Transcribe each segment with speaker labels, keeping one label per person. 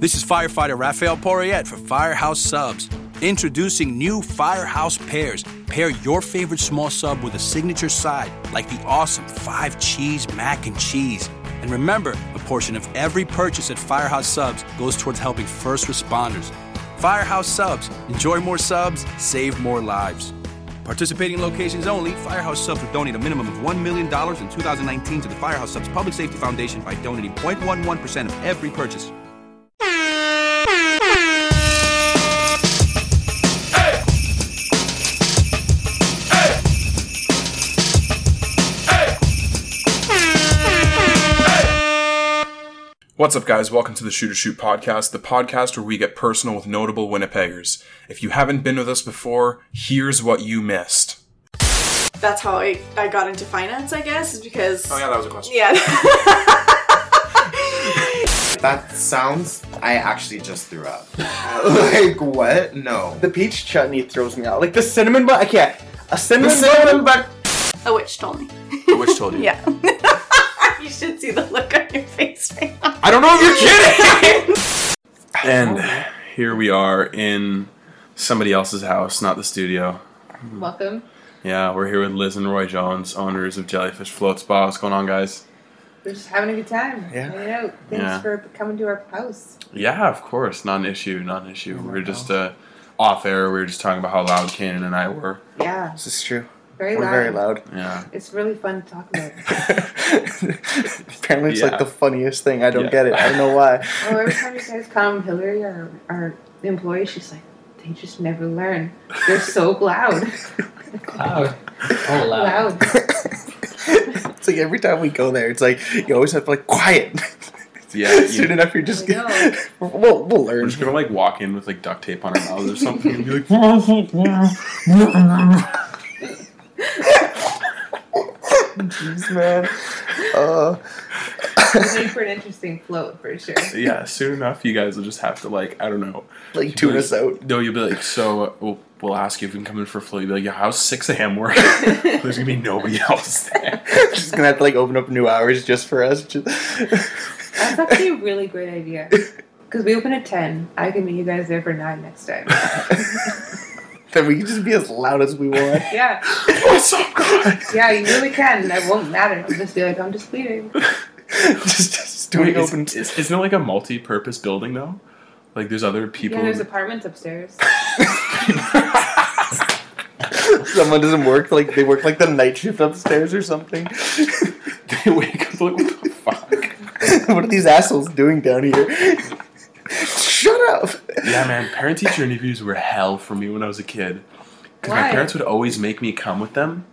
Speaker 1: This is firefighter Raphael Porriette for Firehouse Subs. Introducing new Firehouse Pairs. Pair your favorite small sub with a signature side, like the awesome five cheese mac and cheese. And remember, a portion of every purchase at Firehouse Subs goes towards helping first responders. Firehouse Subs. Enjoy more subs, save more lives. Participating locations only, Firehouse Subs would donate a minimum of $1 million in 2019 to the Firehouse Subs Public Safety Foundation by donating 0.11% of every purchase.
Speaker 2: What's up, guys? Welcome to the Shooter Shoot Podcast, the podcast where we get personal with notable Winnipeggers. If you haven't been with us before, here's what you missed.
Speaker 3: That's how I, I got into finance, I guess, is because.
Speaker 2: Oh, yeah, that was a question.
Speaker 3: yeah.
Speaker 4: That sounds. I actually just threw up. like what? No.
Speaker 5: The peach chutney throws me out. Like the cinnamon bun, I can't. A cinnamon, bun.
Speaker 4: back.
Speaker 3: a witch told me.
Speaker 2: Which told you?
Speaker 3: Yeah. you should see the look on your face right now.
Speaker 2: I don't know if you're kidding! and here we are in somebody else's house, not the studio.
Speaker 3: Welcome.
Speaker 2: Yeah, we're here with Liz and Roy Jones, owners of Jellyfish Float Spa. What's going on, guys?
Speaker 6: We're just having a good time.
Speaker 5: Yeah.
Speaker 6: Hanging out. Thanks
Speaker 2: Yeah.
Speaker 6: for coming to our house.
Speaker 2: Yeah, of course. Not an issue, not an issue. We we're just uh, off air. We were just talking about how loud Kanan and I were.
Speaker 6: Yeah.
Speaker 5: This is true.
Speaker 6: Very
Speaker 5: We're
Speaker 6: loud.
Speaker 5: very loud.
Speaker 2: Yeah.
Speaker 6: It's really fun to talk about.
Speaker 5: Apparently, it's
Speaker 2: Yeah.
Speaker 5: like the funniest thing. I don't
Speaker 2: Yeah.
Speaker 5: get it. I don't know why.
Speaker 6: oh, every time you guys come, Hillary, our, our employee, she's like, they just never learn. They're so loud.
Speaker 7: Loud. Oh, loud.
Speaker 6: loud.
Speaker 5: it's like every time we go there, it's like you always have to like quiet.
Speaker 2: Yeah.
Speaker 5: Soon enough, you're just.
Speaker 6: I know.
Speaker 5: we'll, we'll
Speaker 2: We're
Speaker 5: learn.
Speaker 2: just gonna like walk in with like duct tape on our mouths or something and be like,
Speaker 5: Jeez, man. Uh,
Speaker 6: It's made for an interesting float for sure.
Speaker 2: yeah. Soon enough, you guys will just have to like, I don't know.
Speaker 5: like tune us out.
Speaker 2: No, you'll be like, so uh, we'll, we'll ask you if we can come in for a float. You'll be like, yeah, how's six a.m. work? There's gonna be nobody else there.
Speaker 5: She's gonna have to like open up new hours just for us. Just-
Speaker 6: That's actually a really great idea. Because we open at 10. I can meet you guys there for 9 next time.
Speaker 5: then we can just be as loud as we want.
Speaker 6: Yeah.
Speaker 2: What's up, guys?
Speaker 6: Yeah, you really can. That won't matter. I'll just be like, I'm just leaving.
Speaker 5: just, just doing
Speaker 2: Wait, is,
Speaker 5: open.
Speaker 2: is, isn't it like a multi-purpose building though? Like there's other people.
Speaker 6: Yeah, there's apartments upstairs.
Speaker 5: Someone doesn't work like they work like the night shift upstairs or something.
Speaker 2: they wake up like, what the fuck?
Speaker 5: what are these assholes doing down here? Shut up!
Speaker 2: Yeah, man. Parent teacher interviews were hell for me when I was a kid. Because my
Speaker 6: Why?
Speaker 2: parents would always make me come with them.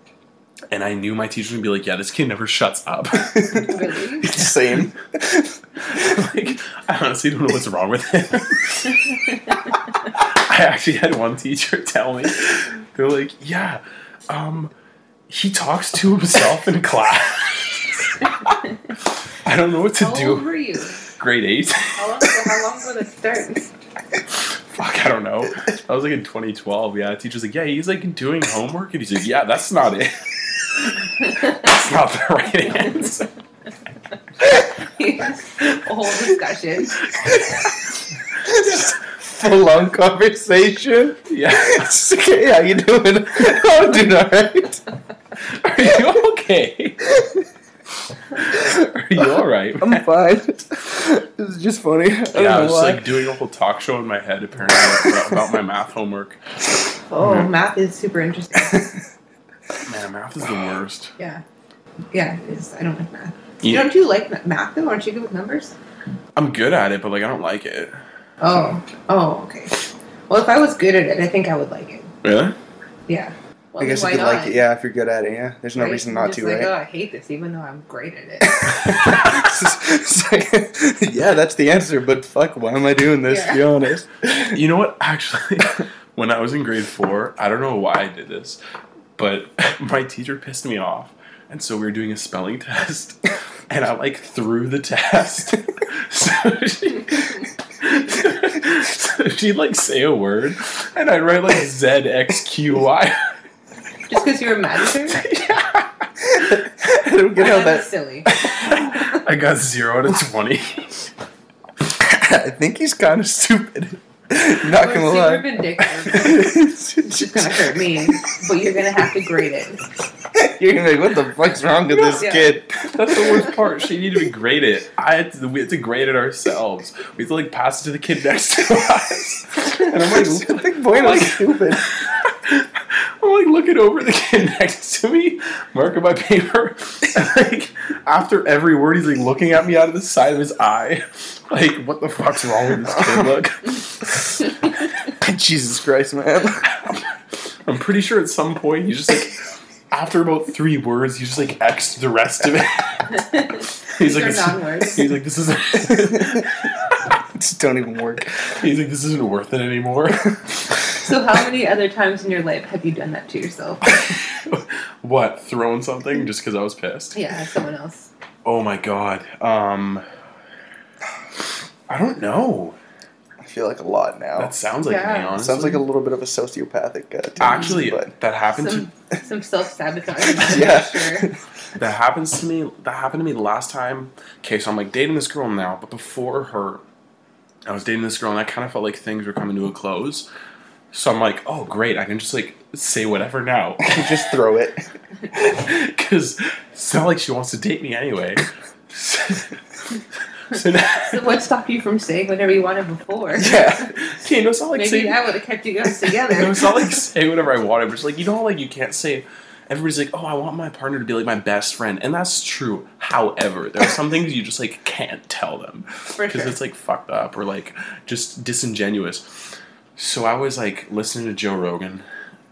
Speaker 2: And I knew my teacher would be like, yeah, this kid never shuts up.
Speaker 6: really?
Speaker 5: Same.
Speaker 2: like, I honestly don't know what's wrong with him. I actually had one teacher tell me, they're like, yeah, um, he talks to himself in class. I don't know what to
Speaker 6: How old
Speaker 2: do.
Speaker 6: were you?
Speaker 2: Grade eight.
Speaker 6: How long, how long will it start?
Speaker 2: Fuck, I don't know. I was like in 2012. Yeah, the teacher's like, yeah, he's like doing homework, and he's like, yeah, that's not it. that's not the right answer.
Speaker 6: a whole discussion.
Speaker 5: Full on conversation.
Speaker 2: Yeah,
Speaker 5: It's just, okay, how you doing? I'm doing alright.
Speaker 2: are you okay? are you all right?
Speaker 5: I'm fine. This is just funny. I don't
Speaker 2: yeah, I
Speaker 5: know
Speaker 2: was
Speaker 5: why.
Speaker 2: like doing a whole talk show in my head apparently about, about my math homework.
Speaker 6: Oh,
Speaker 5: Mm-hmm.
Speaker 6: math is super interesting.
Speaker 2: Man, math is the worst.
Speaker 6: Yeah. Yeah, it is. I don't like math.
Speaker 2: Yeah,
Speaker 6: Don't you like ma- math though? Aren't you good with numbers?
Speaker 2: I'm good at it, but like I don't like it.
Speaker 6: Oh.
Speaker 5: Mm-hmm.
Speaker 6: Oh, okay. Well, if I was good at it, I think I would like it.
Speaker 2: Really?
Speaker 6: Yeah. Well,
Speaker 5: I guess you
Speaker 6: why
Speaker 5: could
Speaker 6: not?
Speaker 5: like it, yeah, if you're good at it, yeah. There's no
Speaker 6: Right?
Speaker 5: reason
Speaker 6: I'm
Speaker 5: not
Speaker 6: just
Speaker 5: to,
Speaker 6: like,
Speaker 5: right?
Speaker 6: Oh, I hate this, even though I'm great at it.
Speaker 5: It's like, yeah, that's the answer, but fuck, why am I doing this, to be
Speaker 6: Yeah.
Speaker 5: honest?
Speaker 2: You know what? Actually, when I was in grade four, I don't know why I did this, but my teacher pissed me off. And so we were doing a spelling test, and I like threw the test. so, she, so she'd like say a word, and I'd write like Z X Q Y.
Speaker 6: Just because you're a math teacher?
Speaker 5: I don't get how that
Speaker 6: That's silly.
Speaker 2: I got zero out of 20.
Speaker 5: I think he's kind of stupid. Not
Speaker 6: We're
Speaker 5: gonna
Speaker 6: super
Speaker 5: lie.
Speaker 6: vindictive.
Speaker 5: it's
Speaker 6: It's gonna hurt me, but you're gonna have to grade it.
Speaker 5: You're gonna be like, what the fuck's wrong with this
Speaker 6: Yeah.
Speaker 5: kid?
Speaker 2: That's the worst part. She needed to grade it. I had to, we had to grade it ourselves. We had to like pass it to the kid next to us.
Speaker 5: And I'm like, I think Bueno
Speaker 2: like-
Speaker 5: is stupid.
Speaker 2: I'm like looking over at the kid next to me, marking my paper. And like after every word, he's like looking at me out of the side of his eye. Like, what the fuck's wrong with this kid? Look,
Speaker 5: Jesus Christ, man.
Speaker 2: I'm pretty sure at some point he's just like. After about three words, he just like X the rest of it. He's
Speaker 6: These
Speaker 2: like,
Speaker 6: are
Speaker 2: "This-
Speaker 6: non-words.
Speaker 2: he's like, this is
Speaker 5: Just don't even work.
Speaker 2: he's like, this isn't worth it anymore.
Speaker 6: So, how many other times in your life have you done that to yourself?
Speaker 2: what? Throwing something just because I was pissed?
Speaker 6: Yeah, someone else.
Speaker 2: Oh my god. Um, I don't know.
Speaker 5: I feel like a lot now.
Speaker 2: That sounds like me,
Speaker 6: Oh. Yeah.
Speaker 2: honestly.
Speaker 5: Sounds like a little bit of a sociopathic. Uh, tendency,
Speaker 2: Actually,
Speaker 5: but
Speaker 2: that happened
Speaker 6: Some some self sabotage.
Speaker 5: Yeah.
Speaker 6: Sure.
Speaker 2: to that happens to me. That happened to me last time. Okay, so I'm like dating this girl now, but before her, I was dating this girl, and I kind of felt like things were coming to a close. So I'm like, oh great, I can just like say whatever now.
Speaker 5: you just throw it.
Speaker 2: Because it's not like she wants to date me anyway. so now,
Speaker 6: So what stopped you from saying whatever you wanted before?
Speaker 5: Yeah.
Speaker 2: okay, no, it's not like
Speaker 6: Maybe
Speaker 2: saying,
Speaker 6: that would have kept you guys
Speaker 2: it
Speaker 6: together.
Speaker 2: was not like say whatever I wanted, but it's like you know, like you can't say. Everybody's like, oh, I want my partner to be like my best friend, and that's true. However, there are some things you just like can't tell them
Speaker 6: For sure.
Speaker 2: it's like fucked up or like just disingenuous. So I was like listening to Joe Rogan.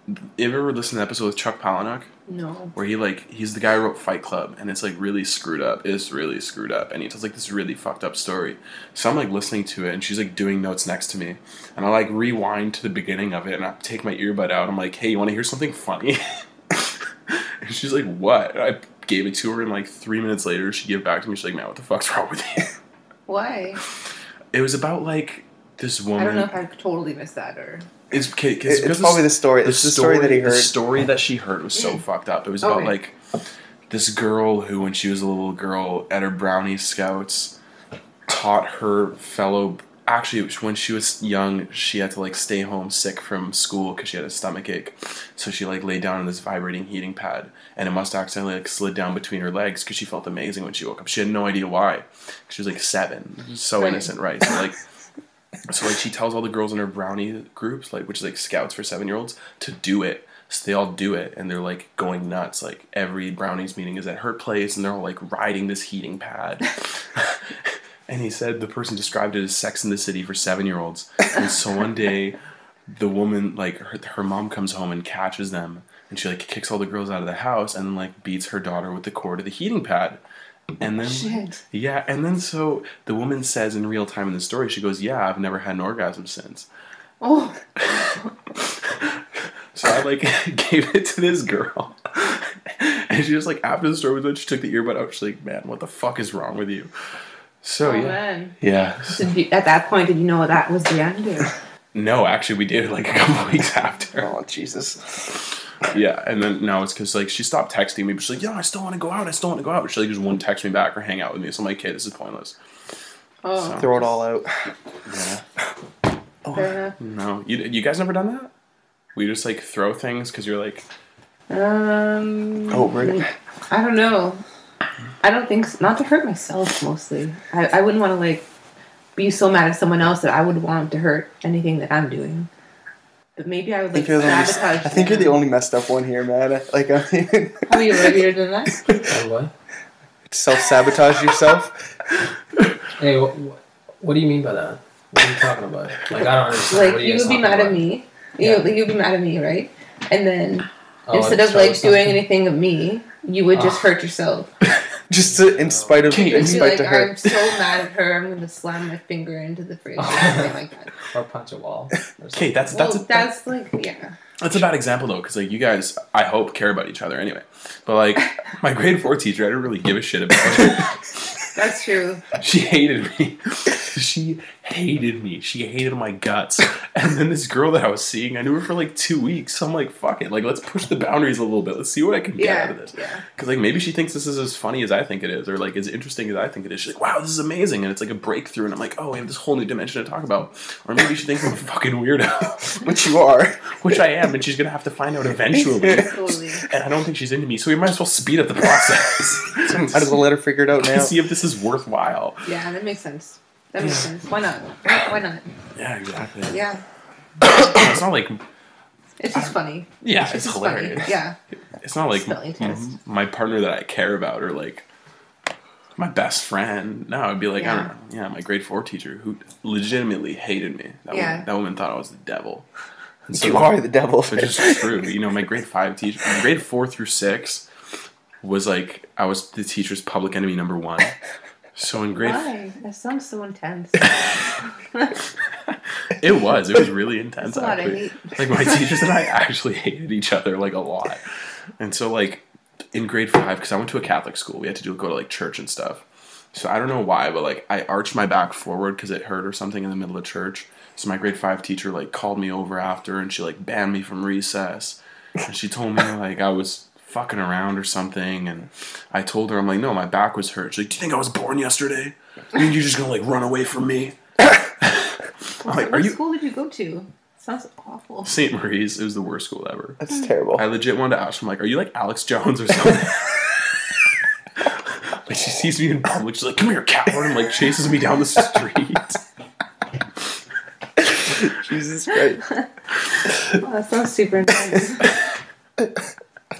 Speaker 2: You ever listen to the episode with Chuck Palahniuk?
Speaker 6: No.
Speaker 2: where he like he's the guy who wrote Fight Club, and it's like really screwed up. It's really screwed up, and he tells like this really fucked up story. So I'm like listening to it, and she's like doing notes next to me, and I like rewind to the beginning of it, and I take my earbud out. I'm like, hey, you want to hear something funny? and she's like, what? And I gave it to her, and like three minutes later, she gave it back to me. She's like, man, what the fuck's wrong with you?
Speaker 6: Why?
Speaker 2: it was about like this woman.
Speaker 6: I don't know if I totally missed that or.
Speaker 2: It's, okay, 'cause-
Speaker 5: It- it's
Speaker 2: because
Speaker 5: probably the story. It's the story, that he heard.
Speaker 2: The story that she heard was so fucked up. It was about
Speaker 6: Okay.
Speaker 2: like this girl who, when she was a little girl at her brownie scouts, taught her fellow. Actually, it was when she was young, she had to like stay home sick from school because she had a stomach ache. So she like lay down in this vibrating heating pad, and it must accidentally like slid down between her legs because she felt amazing when she woke up. She had no idea why. She was like seven, so
Speaker 6: Right.
Speaker 2: innocent, right? So like. So like she tells all the girls in her brownie groups, like which is like scouts for seven year olds, to do it. So they all do it and they're like going nuts. Like every brownies meeting is at her place and they're all like riding this heating pad. and he said the person described it as sex in the city for seven year olds. And so one day the woman like her, her mom comes home and catches them and she like kicks all the girls out of the house and then like beats her daughter with the cord of the heating pad. And then
Speaker 6: Shit.
Speaker 2: yeah, and then so the woman says in real time in the story, she goes, "Yeah, I've never had an orgasm since."
Speaker 6: Oh,
Speaker 2: So I like gave it to this girl, and she just like after the story was done, she took the earbud out. She's like, "Man, what the fuck is wrong with you?" So
Speaker 6: oh
Speaker 2: yeah,
Speaker 6: man.
Speaker 2: yeah.
Speaker 6: So did you, at that point, did you know that was the end? Or?
Speaker 2: No, actually, we did it like a couple weeks after.
Speaker 5: oh Jesus!
Speaker 2: Yeah, and then no, it's because like she stopped texting me, but she's like, "Yeah, I still want to go out. I still want to go out." She like just wouldn't text me back or hang out with me. So I'm like, "Okay, this is pointless."
Speaker 6: Oh,
Speaker 5: Throw it all out.
Speaker 6: fair
Speaker 2: No, you you guys never done that? We just like throw things because you're like.
Speaker 6: enough. Um.
Speaker 5: Oh, right.
Speaker 6: I don't know. I don't think s not to hurt myself mostly. I, I wouldn't want to like be so mad at someone else that I would want to hurt anything that I'm doing. But maybe I would
Speaker 5: I
Speaker 6: like
Speaker 5: think, you're the only,
Speaker 6: sabotage.
Speaker 5: I think you're the
Speaker 6: them.
Speaker 5: only messed up one here, man. I- Like, I mean,
Speaker 6: How are you earlier than that?
Speaker 7: Oh, what?
Speaker 5: self sabotage yourself.
Speaker 7: Hey, what, what do you mean by that? What are you talking about? Like, I don't understand.
Speaker 6: Like
Speaker 7: what are
Speaker 6: you
Speaker 7: guys
Speaker 6: would be
Speaker 7: talking
Speaker 6: mad at
Speaker 7: about?
Speaker 6: me.
Speaker 7: Yeah.
Speaker 6: You you'd be mad at me, right? And then
Speaker 7: Oh,
Speaker 6: instead
Speaker 7: I
Speaker 6: of like
Speaker 7: chose
Speaker 6: doing
Speaker 7: something.
Speaker 6: anything of me, you would just
Speaker 7: Ah.
Speaker 6: hurt yourself.
Speaker 5: Just to, in spite of,
Speaker 2: Okay,
Speaker 5: in
Speaker 6: You'd be
Speaker 5: spite
Speaker 6: like,
Speaker 5: to
Speaker 6: I'm
Speaker 5: her.
Speaker 6: so mad at her. I'm gonna slam my finger into the fridge or something like that.
Speaker 7: or punch a wall. or something.
Speaker 2: Okay, that's
Speaker 6: Well,
Speaker 2: that's a,
Speaker 6: that's like yeah.
Speaker 2: That's a bad example though, because like you guys, I hope care about each other anyway. But like my grade four teacher, I didn't really give a shit about.
Speaker 6: That's true.
Speaker 2: she hated me. She hated me. She hated my guts. And then this girl that I was seeing, I knew her for like two weeks. So I'm like, fuck it. Like, let's push the boundaries a little bit. Let's see what I can get
Speaker 6: Yeah,
Speaker 2: out of this.
Speaker 6: yeah.
Speaker 2: Because like maybe she thinks this is as funny as I think it is, or like as interesting as I think it is. She's like, wow, this is amazing, and it's like a breakthrough. And I'm like, oh, we have this whole new dimension to talk about. Or maybe she thinks I'm a fucking weirdo,
Speaker 5: Which you are.
Speaker 2: which I am, and she's gonna have to find out eventually.
Speaker 6: Totally.
Speaker 2: And I don't think she's into me, so we might as well speed up the process
Speaker 5: Might as well let her figure it out now.
Speaker 2: and see if this is worthwhile.
Speaker 6: Yeah, that makes sense. That makes sense. Why not? Why not?
Speaker 2: Yeah, exactly.
Speaker 6: Yeah.
Speaker 2: It's not like
Speaker 6: It's just funny.
Speaker 2: yeah, it's,
Speaker 6: just
Speaker 2: hilarious.
Speaker 6: funny. Yeah.
Speaker 2: It's not like
Speaker 6: Spelling
Speaker 2: m-
Speaker 6: test.
Speaker 2: my partner that I care about or like my best friend. No, I'd be like, I
Speaker 6: Yeah.
Speaker 2: don't know. Yeah, my grade four teacher who legitimately hated me. That,
Speaker 6: Yeah.
Speaker 2: woman, that woman thought I was the devil. And so,
Speaker 5: you are the devil.
Speaker 2: Which is true. You know, my grade five teacher, grade four through six was like, I was the teacher's public enemy number one. So in grade,
Speaker 6: Why? That sounds so intense.
Speaker 2: it was, it was really intense.
Speaker 6: That's a lot of
Speaker 2: actually.
Speaker 6: hate.
Speaker 2: like my teachers and I actually hated each other like a lot. And so like in grade five, because I went to a Catholic school, we had to do go to like church and stuff. So I don't know why, but like I arched my back forward because it hurt or something in the middle of church. So my grade five teacher like called me over after and she like banned me from recess. And she told me like I was fucking around or something. And I told her I'm like, no, my back was hurt. She's like, do you think I was born yesterday? You mean you're just gonna like run away from me? I'm like, are
Speaker 6: what
Speaker 2: you
Speaker 6: school did you go to? Sounds awful.
Speaker 2: St. Marie's? It was the worst school ever.
Speaker 5: That's terrible.
Speaker 2: I legit wanted to ask. I'm like, are you like Alex Jones or something? like she sees me in public, she's like, "Come here, coward!" and like chases me down the street.
Speaker 5: Jesus Christ.
Speaker 6: Oh, that sounds super intense.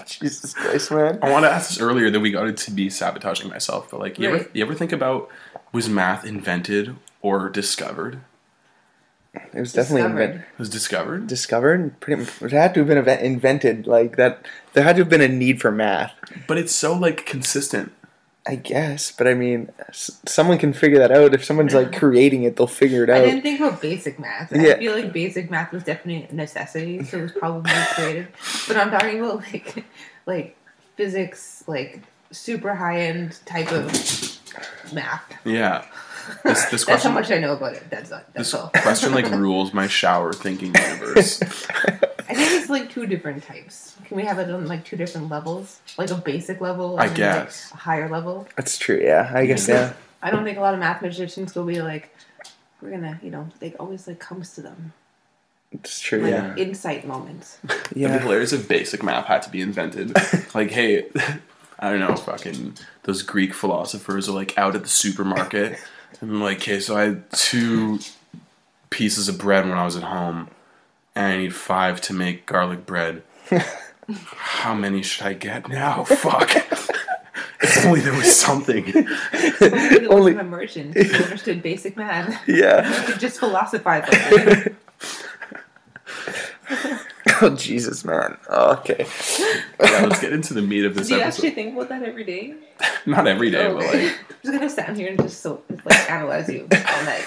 Speaker 5: Jesus Christ, man.
Speaker 2: I want to ask this earlier that we got it to be sabotaging myself, but like, you ever
Speaker 6: Right.
Speaker 2: you ever think about was math invented or discovered?
Speaker 5: It was definitely
Speaker 6: Discovered.
Speaker 5: invented.
Speaker 2: It was discovered.
Speaker 5: Discovered? Pretty, it had to have been inve- invented. Like, that. There had to have been a need for math.
Speaker 2: but it's so like consistent.
Speaker 5: I guess, but I mean, s- someone can figure that out. If someone's like creating it, they'll figure it
Speaker 6: Mm.
Speaker 2: Oh.
Speaker 6: I didn't
Speaker 5: out.
Speaker 6: think about basic math.
Speaker 5: Yeah.
Speaker 6: I feel like basic math was definitely a necessity, so it was probably creative. But I'm talking about like, like physics, like super high end type of math.
Speaker 2: Yeah. This this
Speaker 6: That's how
Speaker 2: question
Speaker 6: much I know about it. That's not, that's
Speaker 2: this
Speaker 6: all.
Speaker 2: question like rules my shower thinking universe.
Speaker 6: I think it's like two different types. Can we have it on like two different levels? Like a basic level
Speaker 2: I
Speaker 6: and then, like,
Speaker 2: guess.
Speaker 6: a higher level.
Speaker 5: That's true. Yeah, I guess. Yeah,
Speaker 6: I don't think a lot of mathematicians will be like, we're gonna, you know, they always like comes to them.
Speaker 5: it's true.
Speaker 6: Like
Speaker 5: Yeah,
Speaker 6: insight moments.
Speaker 2: It'd be
Speaker 5: yeah.
Speaker 2: hilarious if basic math had to be invented. like, hey, I don't know, fucking those Greek philosophers are like out at the supermarket. And I'm like, okay, so I had two pieces of bread when I was at home, and I need five to make garlic bread. How many should I get now? Fuck. if only there was something.
Speaker 6: Only,
Speaker 5: Only-
Speaker 6: Only... an immersion. You understood basic math.
Speaker 5: Yeah.
Speaker 6: You just philosophize like that.
Speaker 5: Oh Jesus, man. Oh, okay.
Speaker 2: Yeah, let's get into the meat of this
Speaker 6: Do you
Speaker 2: episode.
Speaker 6: actually think about that every day?
Speaker 2: Not every day,
Speaker 6: Oh,
Speaker 2: but
Speaker 6: okay.
Speaker 2: like,
Speaker 6: I'm just gonna stand here and just so like analyze you all night.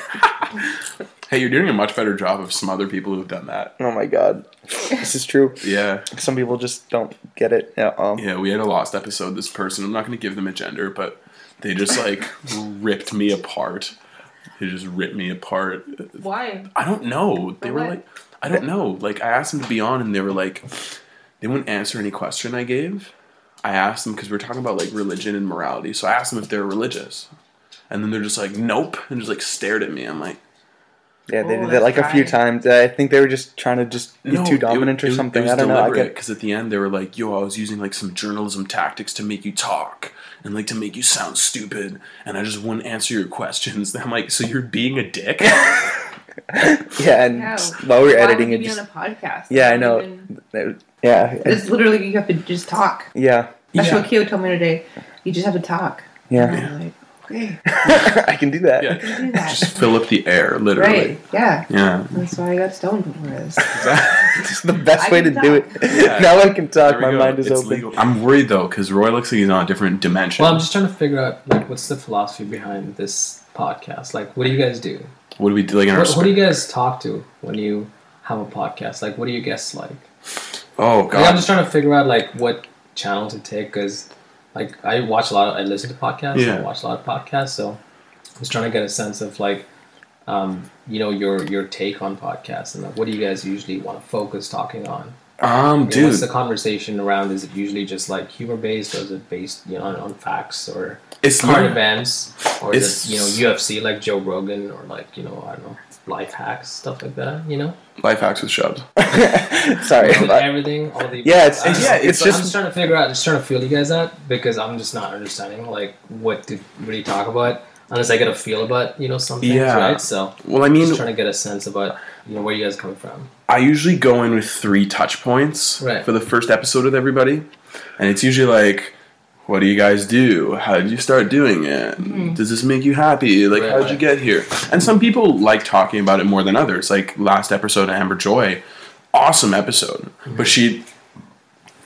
Speaker 2: hey, you're doing a much better job of some other people who've done that.
Speaker 5: Oh my God. This is true.
Speaker 2: Yeah.
Speaker 5: Some people just don't get it. Yeah. Um,
Speaker 2: Yeah, we had a lost episode. This person, I'm not going to give them a gender, but they just like ripped me apart. They just ripped me apart.
Speaker 6: Why?
Speaker 2: I don't know. They
Speaker 6: For
Speaker 2: were
Speaker 6: what?
Speaker 2: like, I don't know. Like, I asked them to be on, and they were like, they wouldn't answer any question I gave. I asked them because we are talking about like religion and morality. So I asked them if they're religious, and then they're just like, nope, and just like stared at me. I'm like,
Speaker 5: yeah they
Speaker 6: Oh,
Speaker 5: did that
Speaker 6: that's
Speaker 5: like a few
Speaker 6: right.
Speaker 5: times. I think they were just trying to just be
Speaker 2: no,
Speaker 5: too dominant or something. I don't know. I get,
Speaker 2: because at the end they were like, "Yo, I was using like some journalism tactics to make you talk and like to make you sound stupid, and I just wouldn't answer your questions." I'm like, "So you're being a dick?"
Speaker 5: yeah, and
Speaker 6: How?
Speaker 5: just while we were
Speaker 6: Why
Speaker 5: editing
Speaker 6: would
Speaker 5: it,
Speaker 6: you
Speaker 5: just
Speaker 6: be on a podcast?
Speaker 5: yeah, I
Speaker 6: Not
Speaker 5: know.
Speaker 6: even-
Speaker 5: It- yeah, I-
Speaker 6: It's literally you have to just talk.
Speaker 5: yeah,
Speaker 6: That's
Speaker 2: Yeah.
Speaker 6: what Keo told me today. You just have to talk.
Speaker 5: yeah.
Speaker 6: And I'm like, okay,
Speaker 5: I can do that.
Speaker 2: yeah,
Speaker 6: do that.
Speaker 2: just fill up the air, literally.
Speaker 6: Right? Yeah.
Speaker 2: Yeah,
Speaker 6: That's why I got stoned before this.
Speaker 5: It's the best
Speaker 6: I
Speaker 5: way to
Speaker 6: can
Speaker 5: do it.
Speaker 6: talk.
Speaker 2: Yeah.
Speaker 5: Now I can talk.
Speaker 2: There we
Speaker 5: My
Speaker 2: go.
Speaker 5: mind is
Speaker 2: It's
Speaker 5: open.
Speaker 2: legal. I'm worried though because Roy looks like he's on a different dimension.
Speaker 7: Well, I'm just trying to figure out like what's the philosophy behind this podcast. Like, what do you guys do?
Speaker 2: what do we do? Like in our
Speaker 7: What, what do you
Speaker 2: sp-
Speaker 7: guys talk to when you have a podcast? Like, what do you guests like?
Speaker 2: oh
Speaker 7: Like, I'm
Speaker 2: god,
Speaker 7: just trying to figure out like what channel to take because, like, I watch a lot. Of, I listen to podcasts.
Speaker 2: Yeah.
Speaker 7: I watch a lot of podcasts, so I was trying to get a sense of like um, you know, your your take on podcasts and like, what do you guys usually want to focus talking on?
Speaker 2: Um,
Speaker 7: You know, what's
Speaker 2: dude,
Speaker 7: the conversation around? Is it usually just like humor based, or is it based you know on, on facts or
Speaker 2: it's
Speaker 7: current
Speaker 2: not.
Speaker 7: events, or is it, you know
Speaker 2: It's-
Speaker 7: UFC like Joe Rogan or like you know I don't know life hacks stuff like that? You know,
Speaker 2: Life hacks with Shubs.
Speaker 5: Sorry.
Speaker 7: Like
Speaker 5: but-
Speaker 7: everything, all the
Speaker 5: Yeah, it's-
Speaker 7: I don't
Speaker 5: yeah,
Speaker 7: know,
Speaker 5: it's
Speaker 7: but I'm
Speaker 5: just-
Speaker 7: just trying to figure out, just trying to feel you guys out because I'm just not understanding like what to really talk about unless I get a feel about you know something,
Speaker 2: Yeah.
Speaker 7: right? So
Speaker 2: Well, I
Speaker 7: I'm
Speaker 2: mean,
Speaker 7: just trying to get a sense about you know where you guys coming from.
Speaker 2: I usually go in with three touch points
Speaker 7: Right.
Speaker 2: for the first episode with everybody, and it's usually like, "What do you guys do? How did you start doing it? Does this make you happy? Like,
Speaker 7: Hmm. Right,
Speaker 2: how did
Speaker 7: right.
Speaker 2: you get here?" And some people like talking about it more than others. Like last episode, Amber Joy, awesome episode,
Speaker 7: Hmm.
Speaker 2: but she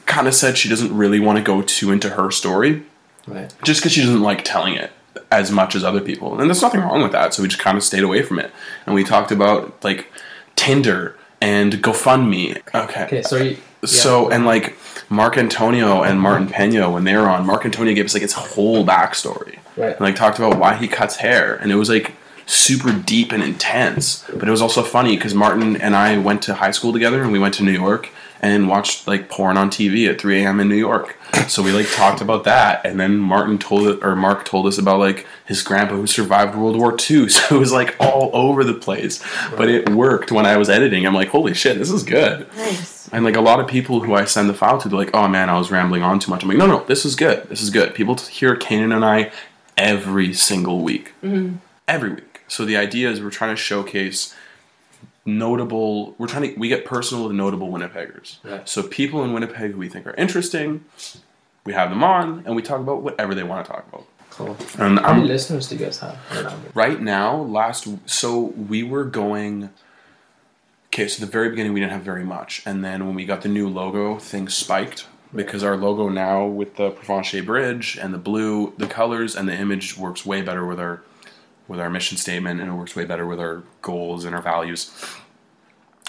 Speaker 2: kind of said she doesn't really want to go too into her story
Speaker 7: Right.
Speaker 2: just because she doesn't like telling it as much as other people. And there's nothing wrong with that. So we just kind of stayed away from it. And we talked about like Tinder and GoFundMe. Okay.
Speaker 7: Okay. So you,
Speaker 2: So and like Mark Antonio and Martin Pena when they were on, Mark Antonio gave us like his whole backstory.
Speaker 7: Right.
Speaker 2: And like talked about why he cuts hair, and it was like super deep and intense. But it was also funny because Martin and I went to high school together, and we went to New York and watched like porn on TV at 3 a.m. in New York. So we like talked about that, and then Martin told or Mark told us about like his grandpa who survived World War II. So it was like all over the place, but it worked. When I was editing, I'm like, holy shit, this is good.
Speaker 6: Nice.
Speaker 2: And like a lot of people who I send the file to, they're like, "Oh man, I was rambling on too much." I'm like, "No, no, this is good. This is good." People hear Kanan and I every single week, every week. So the idea is we're trying to showcase notable. We're trying to we get personal with notable Winnipeggers.
Speaker 7: Right.
Speaker 2: So people in Winnipeg who we think are interesting, we have them on, and we talk about whatever they want to talk about.
Speaker 7: cool.
Speaker 2: And
Speaker 7: How many
Speaker 2: I'm
Speaker 7: listeners do you guys have? on average?
Speaker 2: right now last so we were going okay so the very beginning we didn't have very much and then when we got the new logo things spiked because our logo now with the Provencher bridge and the blue the colors and the image works way better with our with our mission statement and it works way better with our goals and our values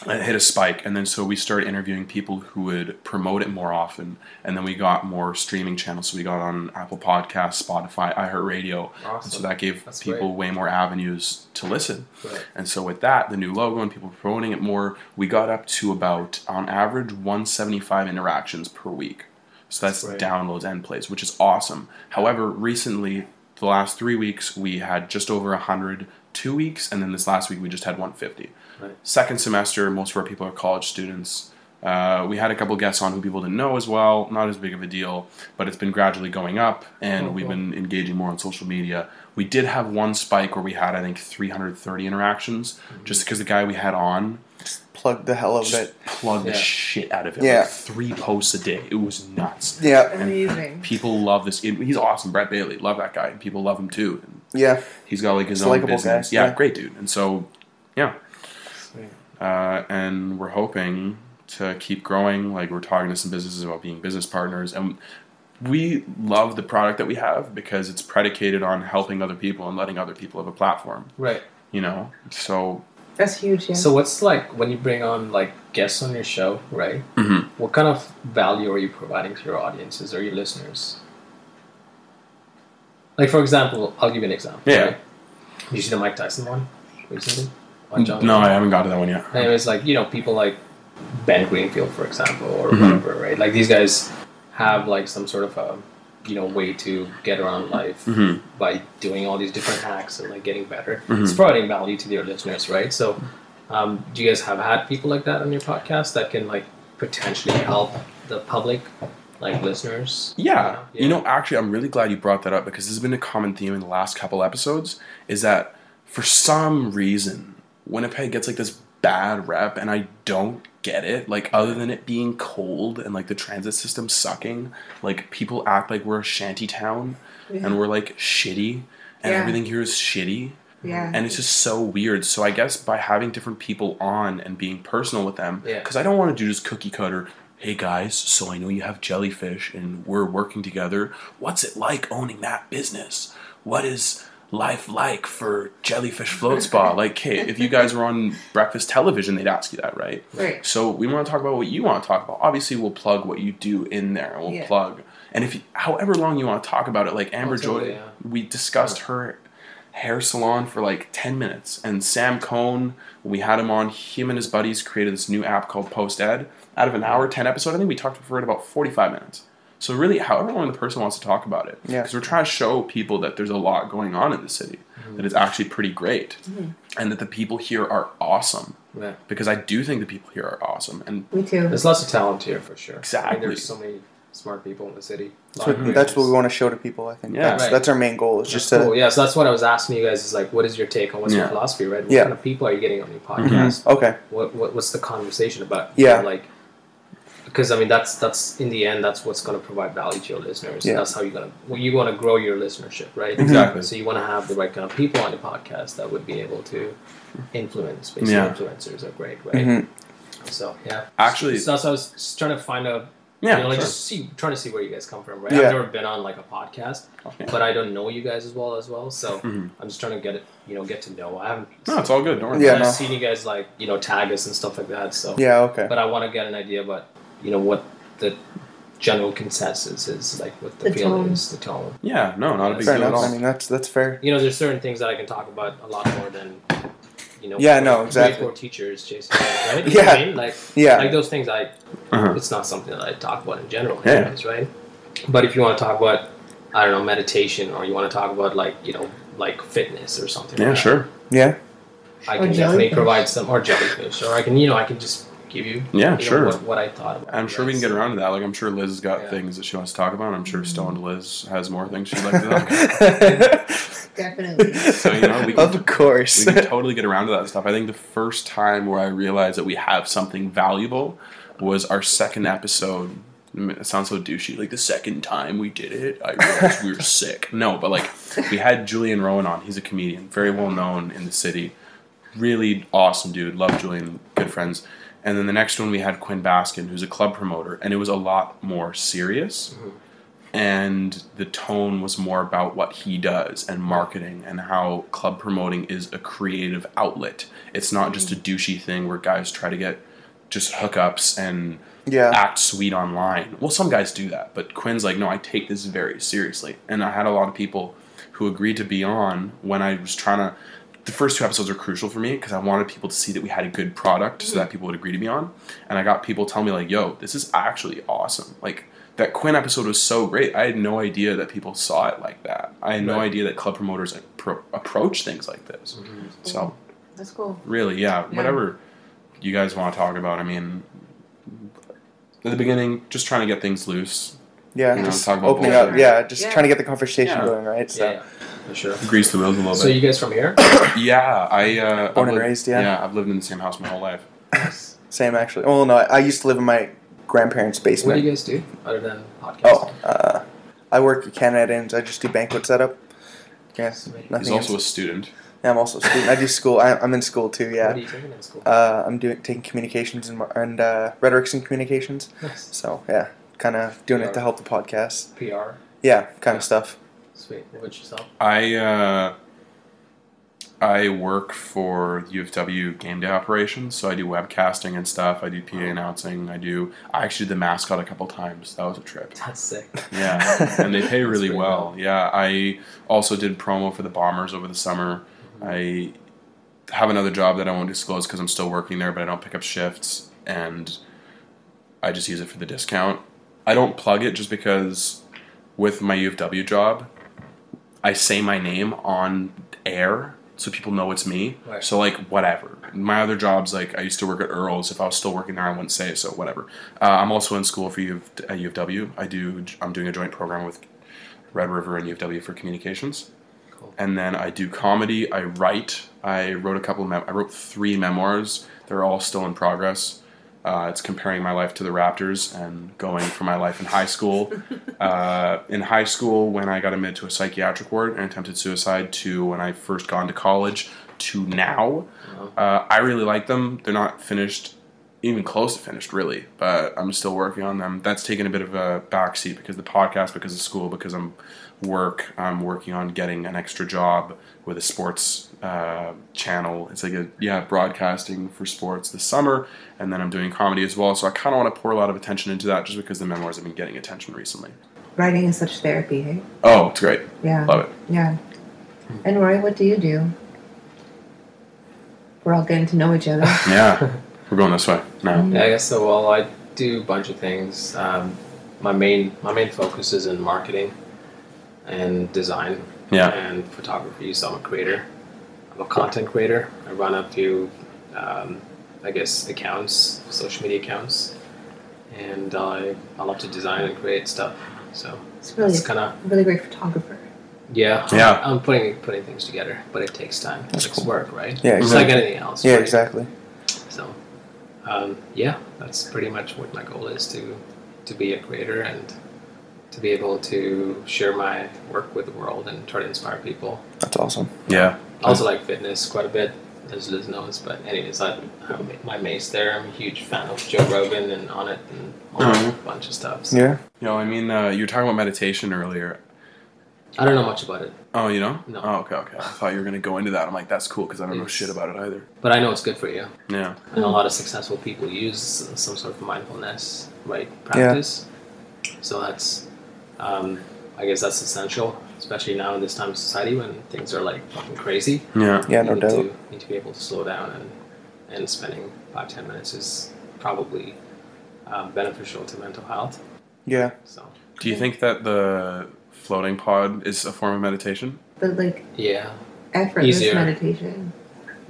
Speaker 2: it hit a spike and then so we started interviewing people who would promote it more often and then we got more streaming channels so we got on apple Podcasts, spotify iheartradio and so
Speaker 7: Awesome.
Speaker 2: that gave
Speaker 7: That's
Speaker 2: people
Speaker 7: great.
Speaker 2: way more avenues to listen
Speaker 7: Right.
Speaker 2: and so with that the new logo and people promoting it more we got up to about on average 175 interactions per week so that's
Speaker 7: That's great.
Speaker 2: downloads and plays which is awesome however recently the last three weeks we had just over 100 two weeks and then this last week we just had 150
Speaker 7: Right.
Speaker 2: second semester, most of our people are college students. Uh, we had a couple guests on who people didn't know as well. Not as big of a deal, but it's been gradually going up, and
Speaker 7: Cool,
Speaker 2: we've
Speaker 7: cool.
Speaker 2: been engaging more on social media. We did have one spike where we had, I think, 330 interactions,
Speaker 7: Mm-hmm.
Speaker 2: just because the guy we had on
Speaker 5: Plug the hell out of it.
Speaker 2: just plugged
Speaker 7: Yeah.
Speaker 2: the shit out of it.
Speaker 5: Yeah.
Speaker 2: Like three posts a day. It was nuts.
Speaker 5: Yeah.
Speaker 6: Amazing.
Speaker 2: People love this. He's awesome, Brett Bailey. Love that guy, and people love him too. And
Speaker 5: Yeah.
Speaker 2: He's got like his
Speaker 5: He's a
Speaker 2: own
Speaker 5: likable
Speaker 2: business.
Speaker 5: guy,
Speaker 2: Yeah,
Speaker 5: yeah.
Speaker 2: great dude. And so, yeah. Uh, and we're hoping to keep growing. Like we're talking to some businesses about being business partners, and we love the product that we have because it's predicated on helping other people and letting other people have a platform.
Speaker 7: Right.
Speaker 2: You know, so
Speaker 6: That's huge. Yeah.
Speaker 7: So what's like when you bring on like guests on your show, right?
Speaker 2: Mhm.
Speaker 5: Mm-hmm.
Speaker 7: What kind of value are you providing to your audiences or your listeners? Like for example, I'll give you an example.
Speaker 2: Yeah.
Speaker 7: right? You see the Mike Tyson one recently? On John
Speaker 2: no, I haven't got to that one yet.
Speaker 7: and it was like you know people like Ben Greenfield, for example, or
Speaker 2: Mm-hmm.
Speaker 7: whatever, right? Like these guys have like some sort of a you know way to get around life
Speaker 2: Mhm.
Speaker 7: by doing all these different hacks and like getting better.
Speaker 2: Mm-hmm.
Speaker 7: It's providing value to their listeners, right? So, um, do you guys have had people like that on your podcast that can like potentially help the public, like listeners?
Speaker 2: Yeah.
Speaker 7: Yeah.
Speaker 2: You know, actually, I'm really glad you brought that up because this has been a common theme in the last couple episodes is that for some reason, Winnipeg gets like this bad rep, and I don't get it. Like, other than it being cold and like the transit system sucking, like people act like we're a shanty town and we're like shitty and
Speaker 6: Yeah.
Speaker 2: everything here is shitty.
Speaker 6: yeah.
Speaker 2: And it's just so weird. So I guess by having different people on and being personal with them,
Speaker 7: Yeah.
Speaker 2: because I don't want to do just cookie cutter. Hey guys, so I know you have jellyfish and we're working together. What's it like owning that business? What is life like for Jellyfish Float Spa? like, hey, if you guys were on breakfast television, they'd ask you that, right?
Speaker 6: Right.
Speaker 2: So we want to talk about what you want to talk about. Obviously, we'll plug what you do in there, and we'll
Speaker 6: Yeah.
Speaker 2: plug. And if you, however long you want to talk about it, like Amber
Speaker 7: totally,
Speaker 2: Joy,
Speaker 7: yeah.
Speaker 2: we discussed her hair salon for like 10 minutes. And Sam Cohn, when we had him on, him and his buddies created this new app called Post Ed. Out of an hour, 10 episode, I think we talked for it about 45 minutes. So really, however long the person wants to talk about it,
Speaker 5: Yeah.
Speaker 2: because we're trying to show people that there's a lot going on in the city,
Speaker 5: Mm-hmm.
Speaker 2: that it's actually pretty great, and that the people here are awesome.
Speaker 7: Yeah.
Speaker 2: Because I do think the people here are awesome, and
Speaker 6: Me too.
Speaker 7: There's lots of talent here for sure. I
Speaker 2: Exactly.
Speaker 7: mean, there's so many smart people in the city.
Speaker 5: That's what, that's what we want to show to people. I think.
Speaker 2: Yeah.
Speaker 5: that's,
Speaker 7: Right.
Speaker 5: that's our main goal. Is just
Speaker 7: Just cool.
Speaker 5: to.
Speaker 7: yeah, so that's what I was asking you guys is like, what is your take on what's your
Speaker 2: Yeah. Mm-hmm.
Speaker 7: philosophy, right? What
Speaker 5: Yeah.
Speaker 7: kind of people are you getting on your podcast?
Speaker 5: Okay.
Speaker 7: What, what what's the conversation about?
Speaker 5: Yeah.
Speaker 7: like because I mean that's that's in the end that's what's going to provide value to your listeners.
Speaker 5: Yeah.
Speaker 7: That's how you're gonna well, you want to grow your listenership, right?
Speaker 2: Mm-hmm. Exactly.
Speaker 7: So you want to have the right kind of people on your podcast that would be able to influence. Basically,
Speaker 2: Yeah. Mm-hmm.
Speaker 7: influencers are great, right?
Speaker 5: Mhm.
Speaker 7: So yeah,
Speaker 2: Actually-
Speaker 7: so that's what I was just trying to find out.
Speaker 2: yeah,
Speaker 7: you know, like
Speaker 2: sure.
Speaker 7: just see, trying to see where you guys come from, right?
Speaker 5: Yeah. Oh,
Speaker 7: I've never been on like a podcast,
Speaker 2: Okay.
Speaker 7: but I don't know you guys as well as well. So
Speaker 5: Mm-hmm.
Speaker 2: Mhm.
Speaker 7: I'm just trying to get it, you know, get to know. I haven't.
Speaker 2: no, it's all good. Don't worry.
Speaker 5: Oh, Yeah,
Speaker 7: I've
Speaker 5: no.
Speaker 7: seen you guys like you know tag us and stuff like that. So
Speaker 5: Yeah. Okay.
Speaker 7: but I want to get an idea about you know what the general consensus is, like what the,
Speaker 6: The
Speaker 7: feeling
Speaker 6: tone.
Speaker 7: is, the tone.
Speaker 2: Yeah, no, not a big
Speaker 5: Fair
Speaker 2: deal at
Speaker 5: enough.
Speaker 2: all.
Speaker 5: I mean, that's that's fair.
Speaker 7: You know, there's certain things that I can talk about a lot more than you know.
Speaker 5: Yeah,
Speaker 7: three-
Speaker 5: no,
Speaker 7: three or
Speaker 5: exactly.
Speaker 7: Four teachers chasing, right? You know what I
Speaker 5: Yeah.
Speaker 7: mean? like like
Speaker 5: Yeah.
Speaker 7: those things. I
Speaker 2: Uh-huh.
Speaker 7: it's not something that I talk about in general,
Speaker 2: Yeah.
Speaker 7: anyways, right? But if you want to talk about I don't know meditation, or you want to talk about like you know like fitness or something.
Speaker 2: Yeah,
Speaker 7: like that,
Speaker 2: sure.
Speaker 5: Yeah.
Speaker 7: I
Speaker 6: Or
Speaker 7: can definitely
Speaker 6: jellyfish.
Speaker 7: provide some or jellyfish, or I can you know I can just give you
Speaker 2: Yeah,
Speaker 7: you know,
Speaker 2: sure.
Speaker 7: what, what I thought. About
Speaker 2: I'm sure we can
Speaker 7: this.
Speaker 2: get around to that. Like, I'm sure Liz has got
Speaker 7: Yeah.
Speaker 2: things that she wants to talk about. I'm sure stoned Liz has more things she'd like to talk about.
Speaker 6: Definitely.
Speaker 2: So, you know, we can-
Speaker 5: of course.
Speaker 2: We can totally get around to that stuff. I think the first time where I realized that we have something valuable was our second episode. Mm, It sounds so douchey. Like the second time we did it, I realized we were sick. No, but like we had Julian Rowan on. He's a comedian, very well known in the city. Really awesome dude. Love Julian. Good friends. And then the next one we had Quinn Baskin, who's a club promoter, and it was a lot more serious and the tone was more about what he does and marketing and how club promoting is a creative outlet. It's not just a douchey thing where guys try to get just hookups and
Speaker 5: yeah.
Speaker 2: act sweet online. Well, some guys do that, but Quinn's like, no, I take this very seriously. And I had a lot of people who agreed to be on when I was trying to. The first two episodes were crucial for me because I wanted people to see that we had a good product so that people would agree to be on. And I got people telling me, like, yo, this is actually awesome. Like, that Quinn episode was so great. I had no idea that people saw it like that. I had no
Speaker 7: Right.
Speaker 2: idea that club promoters appro- approach things like this. So,
Speaker 6: That's cool.
Speaker 2: really yeah,
Speaker 6: Yeah.
Speaker 2: whatever you guys want to talk about i mean at the beginning just trying to get things loose
Speaker 5: Yeah.
Speaker 2: You know,
Speaker 5: just
Speaker 2: talk about
Speaker 5: opening
Speaker 2: both.
Speaker 5: up. Yeah. Just
Speaker 6: Yeah.
Speaker 5: trying to get the conversation
Speaker 2: Yeah.
Speaker 5: going, right? So.
Speaker 7: yeah, yeah, for sure.
Speaker 2: grease the wheels a little
Speaker 7: So
Speaker 2: bit
Speaker 7: you guys from here?
Speaker 2: yeah i uh
Speaker 5: Born
Speaker 2: I've
Speaker 5: and
Speaker 2: lived-
Speaker 5: raised, yeah.
Speaker 2: yeah i've lived in the same house my whole life
Speaker 5: Same actually. Well, no, I, I used to live in my grandparents'
Speaker 7: What do
Speaker 5: basement.
Speaker 7: you guys do other than podcast?
Speaker 5: Oh, uh, I work at Canada Inns. I just do banquet setup. Yes,
Speaker 7: Sweet.
Speaker 5: nothing.
Speaker 2: he's also a
Speaker 5: else.
Speaker 2: student
Speaker 5: Yeah, I'm also a student. I do school. I, I'm in school too.
Speaker 7: What are
Speaker 5: Yeah.
Speaker 7: you taking in school?
Speaker 5: Uh, I'm doing taking communications and, mar- and uh, rhetorics and communications.
Speaker 7: Nice.
Speaker 5: So yeah, kind of doing it to help the podcast.
Speaker 7: PR.
Speaker 5: Yeah, kind of stuff.
Speaker 7: Sweet. What about yourself?
Speaker 2: i uh i work for ufw game day operations so i do webcasting and stuff i do pa announcing i do i actually did the mascot a couple times that was a trip
Speaker 7: That's sick.
Speaker 2: Yeah, and they pay really
Speaker 7: pretty
Speaker 2: well. Yeah, I also did promo for the Bombers over the summer. I have another job that I won't disclose because I'm still working there, but I don't pick up shifts, and I just use it for the discount. I don't plug it just because with my UFW job, I say my name on air so people know it's me.
Speaker 7: Right.
Speaker 2: So like whatever. My other jobs, like I used to work at Earl's. If I was still working there, I wouldn't say it. So whatever. Uh, I'm also in school for U of, at U of W. I do. I'm doing a joint program with Red River and U of W for communications.
Speaker 7: Cool.
Speaker 2: And then I do comedy. I write. I wrote a couple. Of mem- I wrote three memoirs. They're all still in progress. Uh, it's comparing my life to the Raptors and going for my life in high school. Uh, in high school, when I got admitted to a psychiatric ward and attempted suicide, to when I first gone to college, to now,
Speaker 7: Wow.
Speaker 2: uh, I really like them. They're not finished, even close to finished, really, but I'm still working on them. That's taken a bit of a backseat because of the podcast, because of school, because I'm work. I'm working on getting an extra job with a sports uh, channel. It's like a yeah broadcasting for sports this summer, and then I'm doing comedy as well. So I kind of want to pour a lot of attention into that, just because the memoirs have been getting attention recently.
Speaker 6: Writing is such therapy, hey?
Speaker 2: Oh, it's great.
Speaker 6: Yeah.
Speaker 2: Love it.
Speaker 6: Yeah. And Rory, what do you do? We're all getting to know each other.
Speaker 2: Yeah. We're going this way now.
Speaker 7: Yeah, I guess so. Well, I do a bunch of things. Um, my main my main focus is in marketing and design
Speaker 2: Yeah.
Speaker 7: and photography. So I'm a creator. I'm a content creator. I run a few, um, I guess, accounts, social media accounts, and I I love to design and create stuff. So
Speaker 6: It's really,
Speaker 7: that's kind of
Speaker 6: really great photographer.
Speaker 7: yeah.
Speaker 2: Yeah.
Speaker 7: I'm putting putting things together, but it takes time.
Speaker 5: That's
Speaker 7: it's
Speaker 5: cool.
Speaker 7: work, right?
Speaker 5: Yeah,
Speaker 7: It's like anything else.
Speaker 5: Yeah,
Speaker 7: right?
Speaker 5: exactly.
Speaker 7: So, um, yeah, that's pretty much what my goal is to to be a creator and to be able to share my work with the world and try to inspire people.
Speaker 5: That's awesome.
Speaker 2: Yeah.
Speaker 7: I also like fitness quite a bit, as Liz knows. But anyways, I have my mates there. I'm a huge fan of Joe Rogan and on it and all a
Speaker 2: Mhm.
Speaker 7: bunch of stuff. So
Speaker 5: Yeah.
Speaker 2: You know, I mean, uh, you were talking about meditation earlier.
Speaker 7: I don't know much about it,
Speaker 2: Oh, you know?
Speaker 7: No.
Speaker 2: Oh, okay, okay. I thought you were going to go into that. I'm like, that's cool because I don't know
Speaker 7: It's-
Speaker 2: shit about it either.
Speaker 7: but I know it's good for you.
Speaker 2: Yeah.
Speaker 7: And a
Speaker 5: Hmm.
Speaker 7: lot of successful people use some sort of mindfulness, right? Practice. So that's, um, I guess that's essential, especially now in this time of society when things are like fucking crazy.
Speaker 2: Yeah.
Speaker 5: Yeah,
Speaker 7: You
Speaker 5: no
Speaker 7: need
Speaker 5: doubt.
Speaker 7: To, need to be able to slow down and, and spending five, ten minutes is probably um, beneficial to mental health.
Speaker 5: Yeah.
Speaker 7: So,
Speaker 2: Do you think that the floating pod is a form of meditation?
Speaker 6: But like
Speaker 7: yeah,
Speaker 6: effortless
Speaker 7: Easier.
Speaker 6: meditation.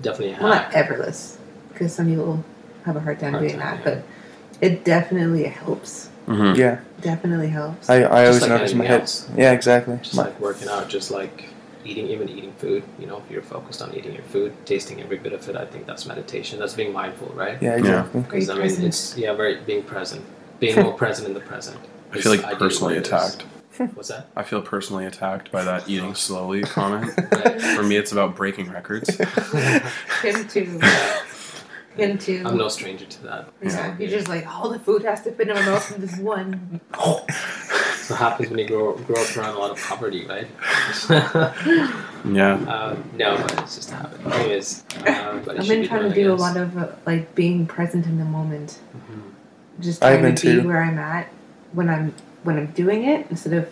Speaker 7: definitely. a
Speaker 6: Well,
Speaker 7: hack.
Speaker 6: not effortless, because some people have a hard time
Speaker 7: Hard
Speaker 6: doing
Speaker 7: time,
Speaker 6: that, but it definitely helps.
Speaker 2: Mm-hmm.
Speaker 5: Yeah.
Speaker 6: Definitely helps.
Speaker 5: I, I always
Speaker 7: Just like
Speaker 5: notice my
Speaker 7: anything
Speaker 5: head.
Speaker 7: else.
Speaker 5: Yeah, exactly.
Speaker 7: just
Speaker 5: My-
Speaker 7: like working out, just like eating, even eating food. You know, if you're focused on eating your food, tasting every bit of it, I think that's meditation. That's being mindful, right?
Speaker 5: yeah, exactly.
Speaker 7: Because
Speaker 6: Great
Speaker 7: I mean,
Speaker 6: presence.
Speaker 7: it's yeah, very being present, being more present in the present.
Speaker 2: I
Speaker 7: is
Speaker 2: feel like
Speaker 7: ideally
Speaker 2: personally
Speaker 7: what it is.
Speaker 2: attacked.
Speaker 7: What's that?
Speaker 2: I feel personally attacked by that eating slowly comment.
Speaker 7: Right.
Speaker 2: For me, it's about breaking records.
Speaker 6: Him too. Him too.
Speaker 7: I'm no stranger to that.
Speaker 6: yeah. You're just like, all the food has to fit in my mouth in this one.
Speaker 7: That's what happens when you grow grow up around a lot of poverty, right?
Speaker 2: Yeah.
Speaker 7: um, no, but it's just a habit. Anyways, uh, but
Speaker 6: I've been trying to do a lot of uh, like being present in the moment.
Speaker 7: Mm-hmm.
Speaker 6: Just
Speaker 5: I've
Speaker 6: trying to
Speaker 5: been
Speaker 6: be
Speaker 5: too.
Speaker 6: where I'm at when I'm when I'm doing it instead of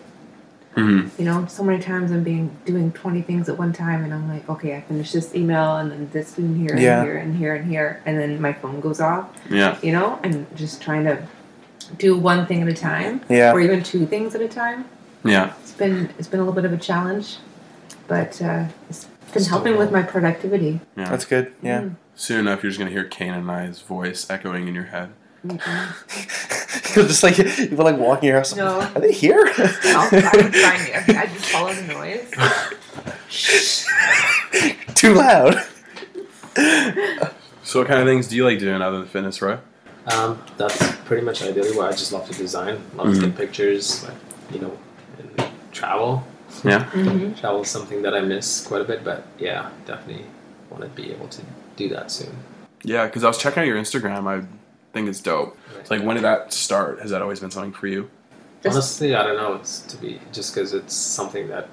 Speaker 2: Mhm.
Speaker 6: you know so many times I'm being doing twenty things at one time and I'm like okay I finished this email and then this and here and
Speaker 5: Yeah.
Speaker 6: here and here and here and then my phone goes off
Speaker 2: Yeah.
Speaker 6: you know and just trying to do one thing at a time
Speaker 5: Yeah.
Speaker 6: or even two things at a time
Speaker 2: Yeah.
Speaker 6: it's been it's been a little bit of a challenge but uh, it's been
Speaker 7: Still
Speaker 6: helping with
Speaker 7: well.
Speaker 6: my productivity
Speaker 2: Yeah.
Speaker 5: That's good.
Speaker 7: Mm.
Speaker 5: Yeah.
Speaker 2: Soon enough, you're just gonna hear Kane and I's voice echoing in your head.
Speaker 5: You're just like you were like walking your house.
Speaker 6: No.
Speaker 5: Are they here?
Speaker 6: I'll fucking find you. I just follow the noise.
Speaker 5: Too loud.
Speaker 2: So, what kind of things do you like doing other than fitness, Roy?
Speaker 7: Um, that's pretty much ideally what I just love to design. Love to
Speaker 2: Mm-hmm.
Speaker 7: take pictures, like, you know, and travel.
Speaker 2: Yeah.
Speaker 6: Mm-hmm.
Speaker 7: Travel is something that I miss quite a bit, but yeah, definitely want to be able to do that soon.
Speaker 2: Yeah, because I was checking out your Instagram. I think it's dope. It's like, when did that start? Has that always been something for you?
Speaker 6: Just-
Speaker 7: Honestly, I don't know. It's to be just because it's something that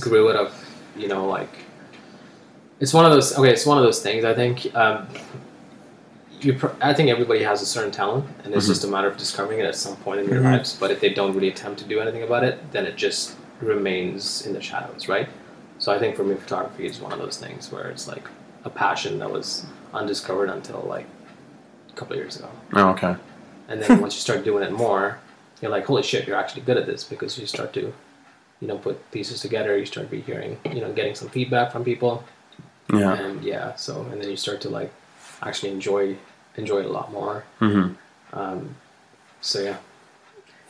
Speaker 7: grew out of you know like it's one of those. Okay, it's one of those things. I think um, you. Pr- I think everybody has a certain talent, and it's
Speaker 2: Mhm.
Speaker 7: just a matter of discovering it at some point in your
Speaker 5: Mhm.
Speaker 7: lives. But if they don't really attempt to do anything about it, then it just remains in the shadows, right? So I think for me, photography is one of those things where it's like a passion that was undiscovered until like a couple of years ago.
Speaker 2: Oh, okay.
Speaker 7: And then once you start doing it more, you're like, holy shit, you're actually good at this because you start to, you know, put pieces together. You start be hearing, you know, getting some feedback from people,
Speaker 2: Yeah.
Speaker 7: and yeah, so and then you start to like actually enjoy enjoy it a lot more.
Speaker 2: Mm-hmm.
Speaker 7: Um, so yeah,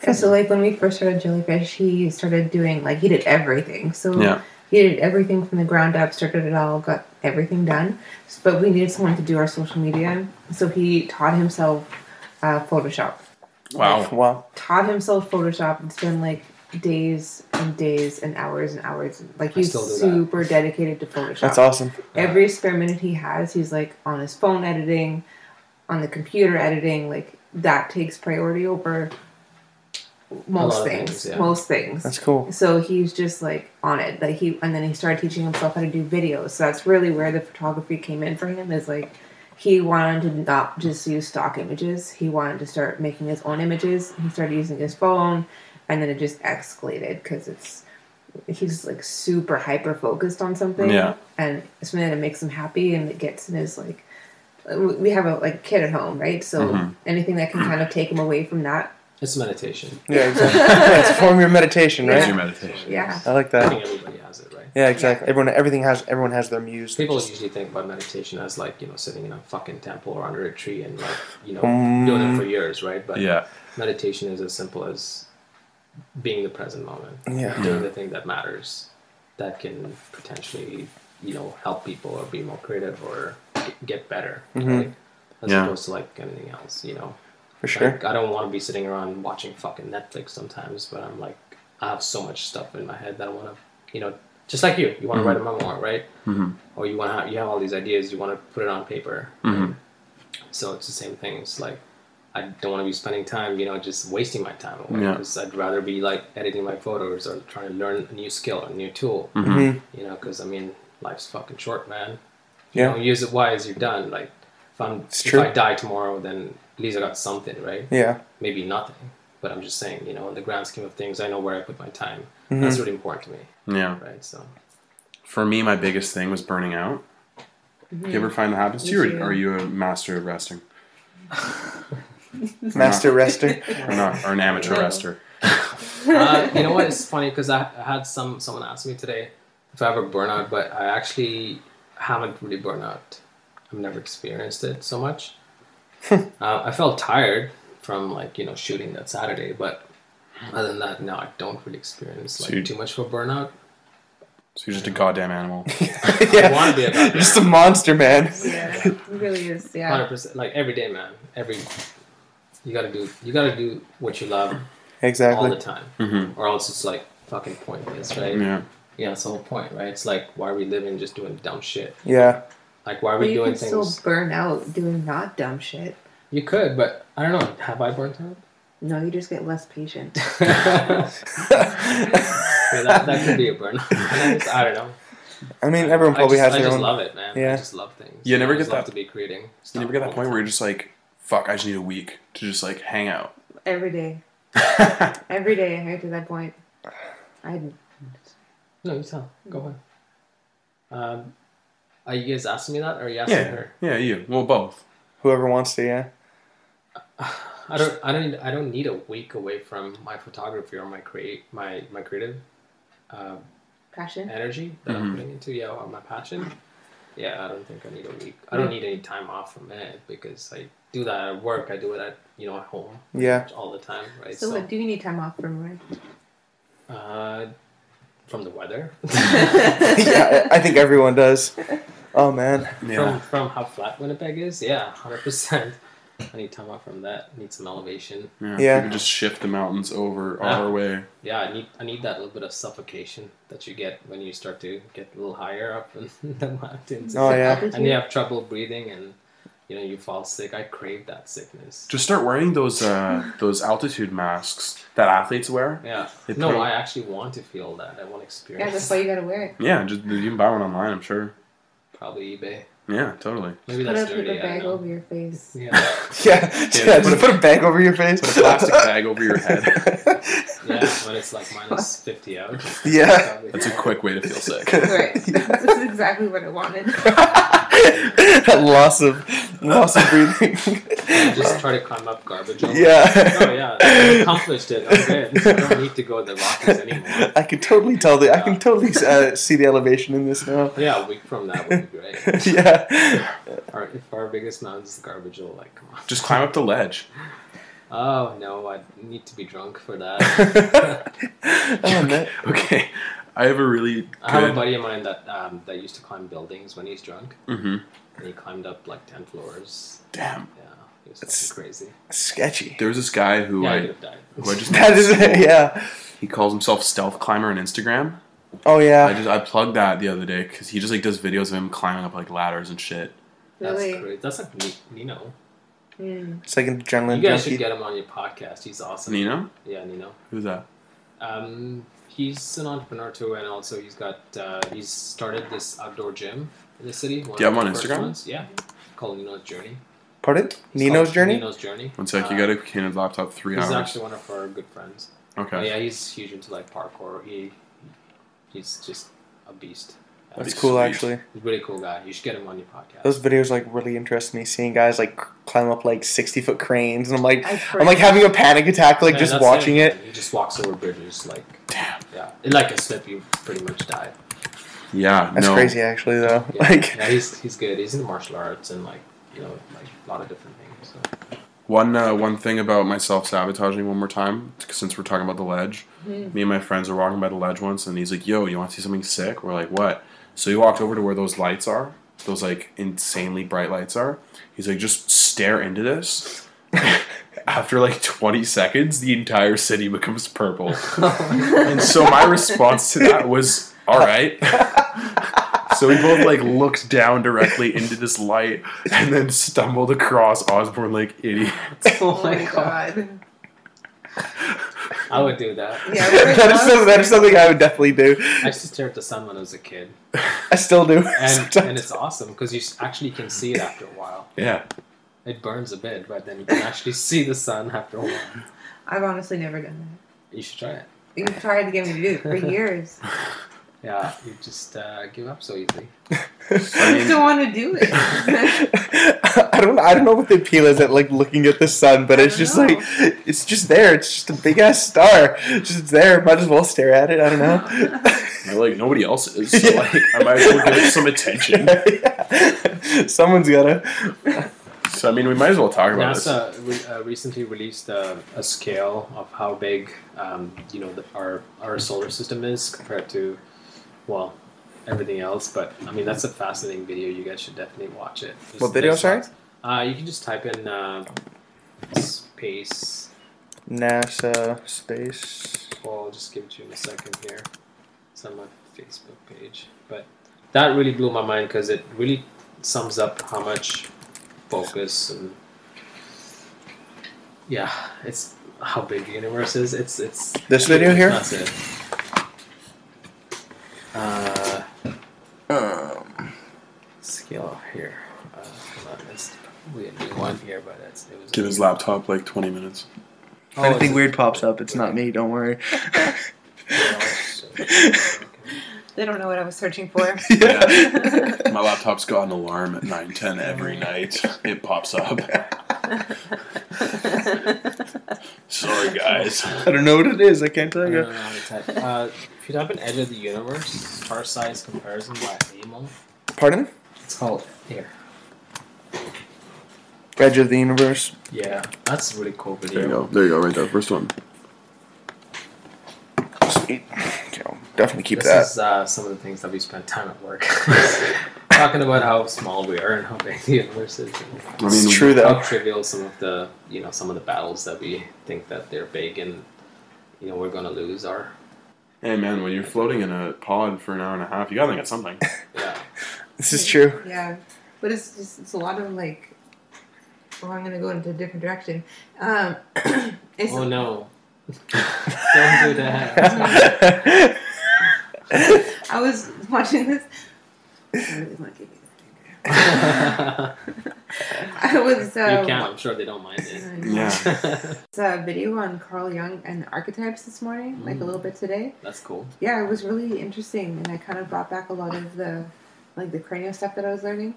Speaker 6: Yeah, so like when we first started Jellyfish, he started doing like he did everything. So
Speaker 2: Yeah.
Speaker 6: he did everything from the ground up, started it all, got everything done. S- But we needed someone to do our social media, so he taught himself uh, Photoshop.
Speaker 2: Wow.
Speaker 5: Wow.
Speaker 6: Taught himself Photoshop. It's been like days and days and hours and hours. Like he's
Speaker 7: still do that.
Speaker 6: super dedicated to Photoshop.
Speaker 5: That's awesome.
Speaker 6: every spare minute he has he's like on his phone editing on the computer editing like that takes priority over
Speaker 7: lot
Speaker 6: most
Speaker 7: of
Speaker 6: things,
Speaker 7: things, yeah.
Speaker 6: most things
Speaker 5: That's cool.
Speaker 6: so he's just like on it like he and then he started teaching himself how to do videos so that's really where the photography came in for him is like he wanted to not just use stock images he wanted to start making his own images he started using his phone and then it just escalated because it's he's like super hyper focused on something,
Speaker 2: Yeah.
Speaker 6: and it's something that makes him happy and it gets in his like. we- We have a like kid at home, right? So anything that can kind of take him away from that,
Speaker 7: It's meditation.
Speaker 5: Yeah, exactly. yeah, it's a form of your meditation,
Speaker 2: It's
Speaker 5: right?
Speaker 2: your meditation.
Speaker 6: yeah.
Speaker 5: I like
Speaker 7: I
Speaker 5: that.
Speaker 7: think everybody has it, right?
Speaker 5: Yeah, exactly. Everyone, everything has everyone has their muse.
Speaker 7: People usually think about meditation as like you know sitting in a fucking temple or under a tree and like you know
Speaker 5: Mm.
Speaker 7: doing it for years, right? But
Speaker 2: Yeah.
Speaker 7: meditation is as simple as being the present moment,
Speaker 5: Yeah.
Speaker 7: doing the thing that matters, that can potentially you know help people or be more creative or get better, right? As
Speaker 2: Yeah.
Speaker 7: opposed to like anything else, you know.
Speaker 5: for sure.
Speaker 7: Like, I don't want to be sitting around watching fucking Netflix sometimes, but I'm like, I have so much stuff in my head that I want to, you know, just like you, you want to write a memoir, right? Mm-hmm. Or you want to, have, you have all these ideas, you want to put it on paper.
Speaker 5: Mm-hmm.
Speaker 7: So it's the same thing. It's like I don't want to be spending time, you know, just wasting my time away.
Speaker 2: Yeah.
Speaker 7: 'cause I'd rather be like editing my photos or trying to learn a new skill or a new tool.
Speaker 5: Mm-hmm.
Speaker 7: You know, because I mean, life's fucking short, man. You
Speaker 5: Yeah,
Speaker 7: don't use it wise, you're done. Like if I'm,
Speaker 5: It's
Speaker 7: if
Speaker 5: true.
Speaker 7: I die tomorrow, then at least I got something, right?
Speaker 5: yeah,
Speaker 7: maybe nothing. But I'm just saying, you know, in the grand scheme of things, I know where I put my time. That's really important to me,
Speaker 2: Yeah.
Speaker 7: right? So
Speaker 2: For me, my biggest thing was burning out. Do you ever find that happens to you,
Speaker 6: too.
Speaker 2: or are you a master of resting,
Speaker 5: master rester.
Speaker 2: or not, or an amateur
Speaker 6: No.
Speaker 2: rester?
Speaker 7: uh, you know what? It's funny because I, I had some someone ask me today if I have a burnout, but I actually haven't really burned out. I've never experienced it so much. uh, I felt tired from like you know shooting that Saturday, but other than that, no, I don't really experience like
Speaker 2: you-
Speaker 7: too much of a burnout.
Speaker 2: So you're just a goddamn animal.
Speaker 7: I want to be a
Speaker 5: yeah,
Speaker 7: doctor.
Speaker 5: just a monster, man.
Speaker 6: Yeah, it really is.
Speaker 7: hundred
Speaker 6: Yeah,
Speaker 7: percent. Like every day, man. Every you gotta do you gotta do what you love all the
Speaker 5: Exactly.
Speaker 7: time, or else it's like fucking pointless, right?
Speaker 2: Mm-hmm. yeah.
Speaker 7: Yeah, it's the whole point, right? It's like why are we living just doing dumb shit?
Speaker 5: Yeah,
Speaker 7: Like why are
Speaker 6: but
Speaker 7: we
Speaker 6: you
Speaker 7: doing
Speaker 6: can
Speaker 7: things?
Speaker 6: still burn out doing not dumb shit.
Speaker 7: You could, but I don't know. Have I burnt out?
Speaker 6: No, you just get less patient.
Speaker 7: Yeah, that, that could be a burnout. I just- I don't know.
Speaker 5: I mean, everyone
Speaker 7: I just,
Speaker 5: probably has
Speaker 7: I
Speaker 5: their
Speaker 7: just
Speaker 5: own.
Speaker 7: love it, man.
Speaker 5: Yeah.
Speaker 7: I just love things.
Speaker 2: You never
Speaker 7: I just
Speaker 2: get
Speaker 7: love
Speaker 2: that-
Speaker 7: to be creating.
Speaker 2: You never get that point where you're just like, fuck, I just need a week to just like hang out.
Speaker 6: Every day. Every day I get to that point. I
Speaker 7: No, you tell. Go on. Um, are you guys asking me that, or are you asking
Speaker 2: Uh, Yeah.
Speaker 7: her?
Speaker 2: Yeah, you. Well, both.
Speaker 5: Whoever wants to, yeah.
Speaker 7: I don't. I don't. Need, I don't need a week away from my photography or my create my my creative uh,
Speaker 6: passion.
Speaker 7: energy that I'm putting into yeah or my passion. Yeah, I don't think I need a week. I don't need any time off from it because I do that at work. I do it at you know at home
Speaker 5: Yeah,
Speaker 7: all the time, right?
Speaker 6: So, what do you need time off from work?
Speaker 7: uh, from the weather,
Speaker 5: yeah. I I think everyone does. Oh man,
Speaker 2: Yeah.
Speaker 7: from from how flat Winnipeg is, yeah, hundred percent. I need time off from that. I need some elevation.
Speaker 2: Yeah.
Speaker 5: Yeah.
Speaker 2: We could just shift the mountains over
Speaker 7: Yeah.
Speaker 2: our way.
Speaker 7: Yeah, I need I need that little bit of suffocation that you get when you start to get a little higher up in the mountains.
Speaker 5: Oh, yeah.
Speaker 7: and you have trouble breathing and you know you fall sick i crave that sickness
Speaker 2: Just start wearing those uh, those altitude masks that athletes wear.
Speaker 7: yeah
Speaker 2: They
Speaker 7: no
Speaker 2: put-
Speaker 7: i actually want to feel that i want to
Speaker 6: Yeah,
Speaker 7: experience
Speaker 6: that's why you gotta wear it.
Speaker 2: Yeah, just you can buy one online, I'm sure.
Speaker 7: probably ebay
Speaker 2: Yeah, totally.
Speaker 7: maybe
Speaker 6: Put
Speaker 7: that's
Speaker 6: a
Speaker 7: dirty
Speaker 6: paper
Speaker 7: i
Speaker 6: bag
Speaker 7: don't
Speaker 6: over
Speaker 7: know
Speaker 6: your face.
Speaker 7: yeah
Speaker 5: yeah, yeah.
Speaker 2: put a-
Speaker 5: Just put a bag over your face.
Speaker 2: Put a plastic bag over your head.
Speaker 7: yeah when it's like minus 50 out
Speaker 5: yeah.
Speaker 7: probably.
Speaker 2: That's a quick way to feel sick.
Speaker 6: Right. this is exactly what I wanted.
Speaker 5: that loss of loss of breathing.
Speaker 7: just try to climb up garbage over. oh
Speaker 5: yeah.
Speaker 7: yeah I accomplished it i'm good i don't need to go to the rockies anymore
Speaker 5: I can totally tell the I can totally uh, see the elevation in this now.
Speaker 7: yeah a week from that would be great
Speaker 5: yeah.
Speaker 7: our, if our biggest mountain is the garbage will like come on
Speaker 2: Just climb up the ledge.
Speaker 7: oh no i need to be drunk for that
Speaker 5: Oh, man.
Speaker 2: Okay. I have a really good.
Speaker 7: I have a buddy of mine that um, that used to climb buildings when he's drunk,
Speaker 2: Mhm.
Speaker 7: and he climbed up like ten floors.
Speaker 2: Damn.
Speaker 7: Yeah, it was
Speaker 5: That's-
Speaker 7: fucking crazy.
Speaker 5: Sketchy.
Speaker 2: There was this guy who
Speaker 7: Yeah, I
Speaker 2: I
Speaker 7: could have died.
Speaker 2: who I just
Speaker 5: That is yeah.
Speaker 2: he calls himself Stealth Climber on Instagram.
Speaker 5: Oh
Speaker 2: I
Speaker 5: yeah.
Speaker 2: just I plugged that the other day because he just like does videos of him climbing up like ladders and shit.
Speaker 7: That's
Speaker 6: Really?
Speaker 7: crazy. That's like Ni- Nino.
Speaker 6: Mm.
Speaker 5: It's like an adrenaline
Speaker 7: You guys
Speaker 5: junkie.
Speaker 7: should get him on your podcast. He's awesome.
Speaker 2: Nino,
Speaker 7: Yeah, Nino.
Speaker 2: who's that?
Speaker 7: Um, he's an entrepreneur too, and also he's got uh, he's started this outdoor gym in the city. one
Speaker 2: Do you have
Speaker 7: of the
Speaker 2: him on
Speaker 7: first
Speaker 2: Instagram?
Speaker 7: ones. Yeah, called Nino's Journey.
Speaker 5: Pardon?
Speaker 7: It's
Speaker 5: Nino's
Speaker 7: called
Speaker 5: journey.
Speaker 7: Nino's Journey.
Speaker 2: One sec,
Speaker 7: Uh,
Speaker 2: you got to hand his laptop three
Speaker 7: He's
Speaker 2: hours.
Speaker 7: actually one of our good friends.
Speaker 2: okay.
Speaker 7: Yeah, he's huge into like parkour. He He's just a beast.
Speaker 5: That's
Speaker 2: be
Speaker 5: cool,
Speaker 2: sweet.
Speaker 5: actually.
Speaker 7: He's a really cool guy. You should get him on your podcast.
Speaker 5: Those videos like really interest me. Seeing guys like c- climb up like sixty foot cranes, and I'm like,
Speaker 6: I
Speaker 5: I'm like having a panic attack, like
Speaker 7: Yeah,
Speaker 5: just
Speaker 7: that's
Speaker 5: watching it.
Speaker 7: man. He just walks over bridges like damn. Yeah, in like a snip, you pretty much die.
Speaker 2: Yeah,
Speaker 5: That's
Speaker 2: no.
Speaker 5: crazy, actually, though.
Speaker 7: Yeah.
Speaker 5: Like,
Speaker 7: yeah, he's he's good. He's into martial arts and like you know like a lot of different things. So.
Speaker 2: One uh, one thing about myself sabotaging one more time, since we're talking about the ledge. Me and my friends are walking by the ledge once, and he's like, "Yo, you want to see something sick?" We're like, "What?" So he walked over to where those lights are, those like insanely bright lights are. He's like, "Just stare into this." After like 20 seconds, the entire city becomes purple.
Speaker 7: Oh
Speaker 2: and so my response to that was, "All right." So we both like looked down directly into this light and then stumbled across Osborne like idiots.
Speaker 6: Oh my god.
Speaker 7: I would do that.
Speaker 6: Yeah,
Speaker 5: that is something, that is something I would definitely do.
Speaker 7: I used to stare at the sun when I was a kid,
Speaker 5: I still do.
Speaker 7: and
Speaker 5: sometimes.
Speaker 7: and it's awesome because you s- actually can see it after a while.
Speaker 2: Yeah.
Speaker 7: It burns a bit, but then you can actually see the sun after a while.
Speaker 6: I've honestly never done
Speaker 7: You should try it.
Speaker 6: that. You've tried to get me to do it for years.
Speaker 7: Yeah, you just uh, give up so easily.
Speaker 6: I just don't want to do it.
Speaker 5: I don't. I don't know what the appeal is at like looking at the sun, but
Speaker 6: I
Speaker 5: it's
Speaker 6: don't
Speaker 5: just
Speaker 6: know.
Speaker 5: like it's just there. It's just a big ass star. It's just there. Might as well stare at it. I don't know.
Speaker 2: You're like nobody else is, so like I might as well give it some attention.
Speaker 5: Yeah. Someone's gotta.
Speaker 2: So I mean, we might as well talk about this.
Speaker 7: NASA re- uh, recently released uh, a scale of how big um, you know the, our our solar system is compared to well everything else. But I mean that's a fascinating video. You guys should definitely watch it. Just-
Speaker 5: What video,
Speaker 7: there's
Speaker 5: sorry?
Speaker 7: lots. Uh, you can just type in uh, space.
Speaker 5: NASA space.
Speaker 7: Well, I'll just give it to you in a second here. It's on my Facebook page. But that really blew my mind because it really sums up how much focus and yeah, it's how big the universe is. It's it's
Speaker 5: This video here?
Speaker 7: That's it. Uh,
Speaker 4: Um,
Speaker 7: scale up here. Uh, hold on, it's probably a new one here, but it's, it was.
Speaker 2: Give his laptop like 20 minutes.
Speaker 7: Oh,
Speaker 5: if anything
Speaker 7: it's-
Speaker 5: weird pops up, it's not me. Don't worry.
Speaker 7: Yeah, it's-
Speaker 6: they don't know what I was searching for.
Speaker 2: Yeah. My laptop's got an alarm at 9:10 every night. It pops up. Sorry, guys.
Speaker 5: I don't know what it is. I can't tell
Speaker 7: I
Speaker 5: you.
Speaker 7: don't know how to type. Uh, if you type in Edge of the Universe, Star Size Comparison by Amel,
Speaker 5: Pardon?
Speaker 7: it's called here.
Speaker 5: Edge of the universe.
Speaker 7: Yeah, that's a really cool video.
Speaker 2: There you go. There you go. Right there. First one.
Speaker 5: Sweet. Okay, I'll definitely keep
Speaker 7: This
Speaker 5: that.
Speaker 7: is uh, some of the things that we spend time at work talking about how small we are and how big the universe is, and
Speaker 2: I
Speaker 5: it's
Speaker 2: mean,
Speaker 5: true
Speaker 7: how
Speaker 5: though.
Speaker 7: trivial some of the you know some of the battles that we think that they're big and you know we're gonna lose are.
Speaker 2: Hey man, when you're floating in a pod for an hour and a half, you gotta get something.
Speaker 7: Yeah,
Speaker 5: This is true.
Speaker 6: Yeah, but it's just it's a lot of like. Well, I'm gonna go into a different direction. Um, it's
Speaker 7: oh no, don't do that.
Speaker 6: Mm-hmm. I was watching this. I really want to give you
Speaker 7: you
Speaker 6: that. I was uh,
Speaker 7: can. I'm sure they don't mind it.
Speaker 6: watching
Speaker 2: Yeah.
Speaker 6: a video on Carl Jung and archetypes this morning, like a little bit today.
Speaker 7: that's cool.
Speaker 6: Yeah, it was really interesting, and I kind of brought back a lot of the like the cranial stuff that I was learning.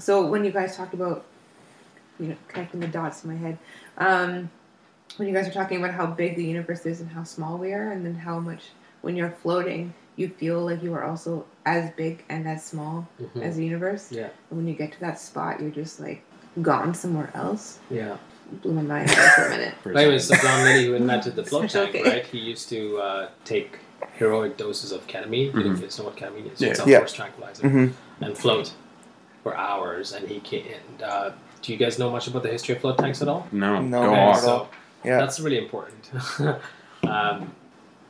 Speaker 6: So when you guys talked about you know connecting the dots in my head, um, when you guys are talking about how big the universe is and how small we are, and then how much when you're floating, you feel like you are also as big and as small
Speaker 7: Mhm.
Speaker 6: as the universe.
Speaker 7: Yeah,
Speaker 6: And when you get to that spot, you're just like gone somewhere else.
Speaker 7: yeah.
Speaker 6: Blew my mind for a minute.
Speaker 7: But anyway, so John Liddy, who invented the float
Speaker 6: It's
Speaker 7: tank,
Speaker 6: okay.
Speaker 7: right? He used to uh, take heroic doses of ketamine. If
Speaker 2: Mhm.
Speaker 7: you know what ketamine is,
Speaker 2: Yeah.
Speaker 7: it's a
Speaker 5: Mm-hmm. Yeah.
Speaker 7: horse tranquilizer,
Speaker 5: Mhm.
Speaker 7: and float for hours. And he can. And, uh, do you guys know much about the history of float tanks at all?
Speaker 2: No,
Speaker 5: No,
Speaker 2: go on.
Speaker 5: not at all.
Speaker 7: so
Speaker 5: Yeah.
Speaker 7: that's really important um,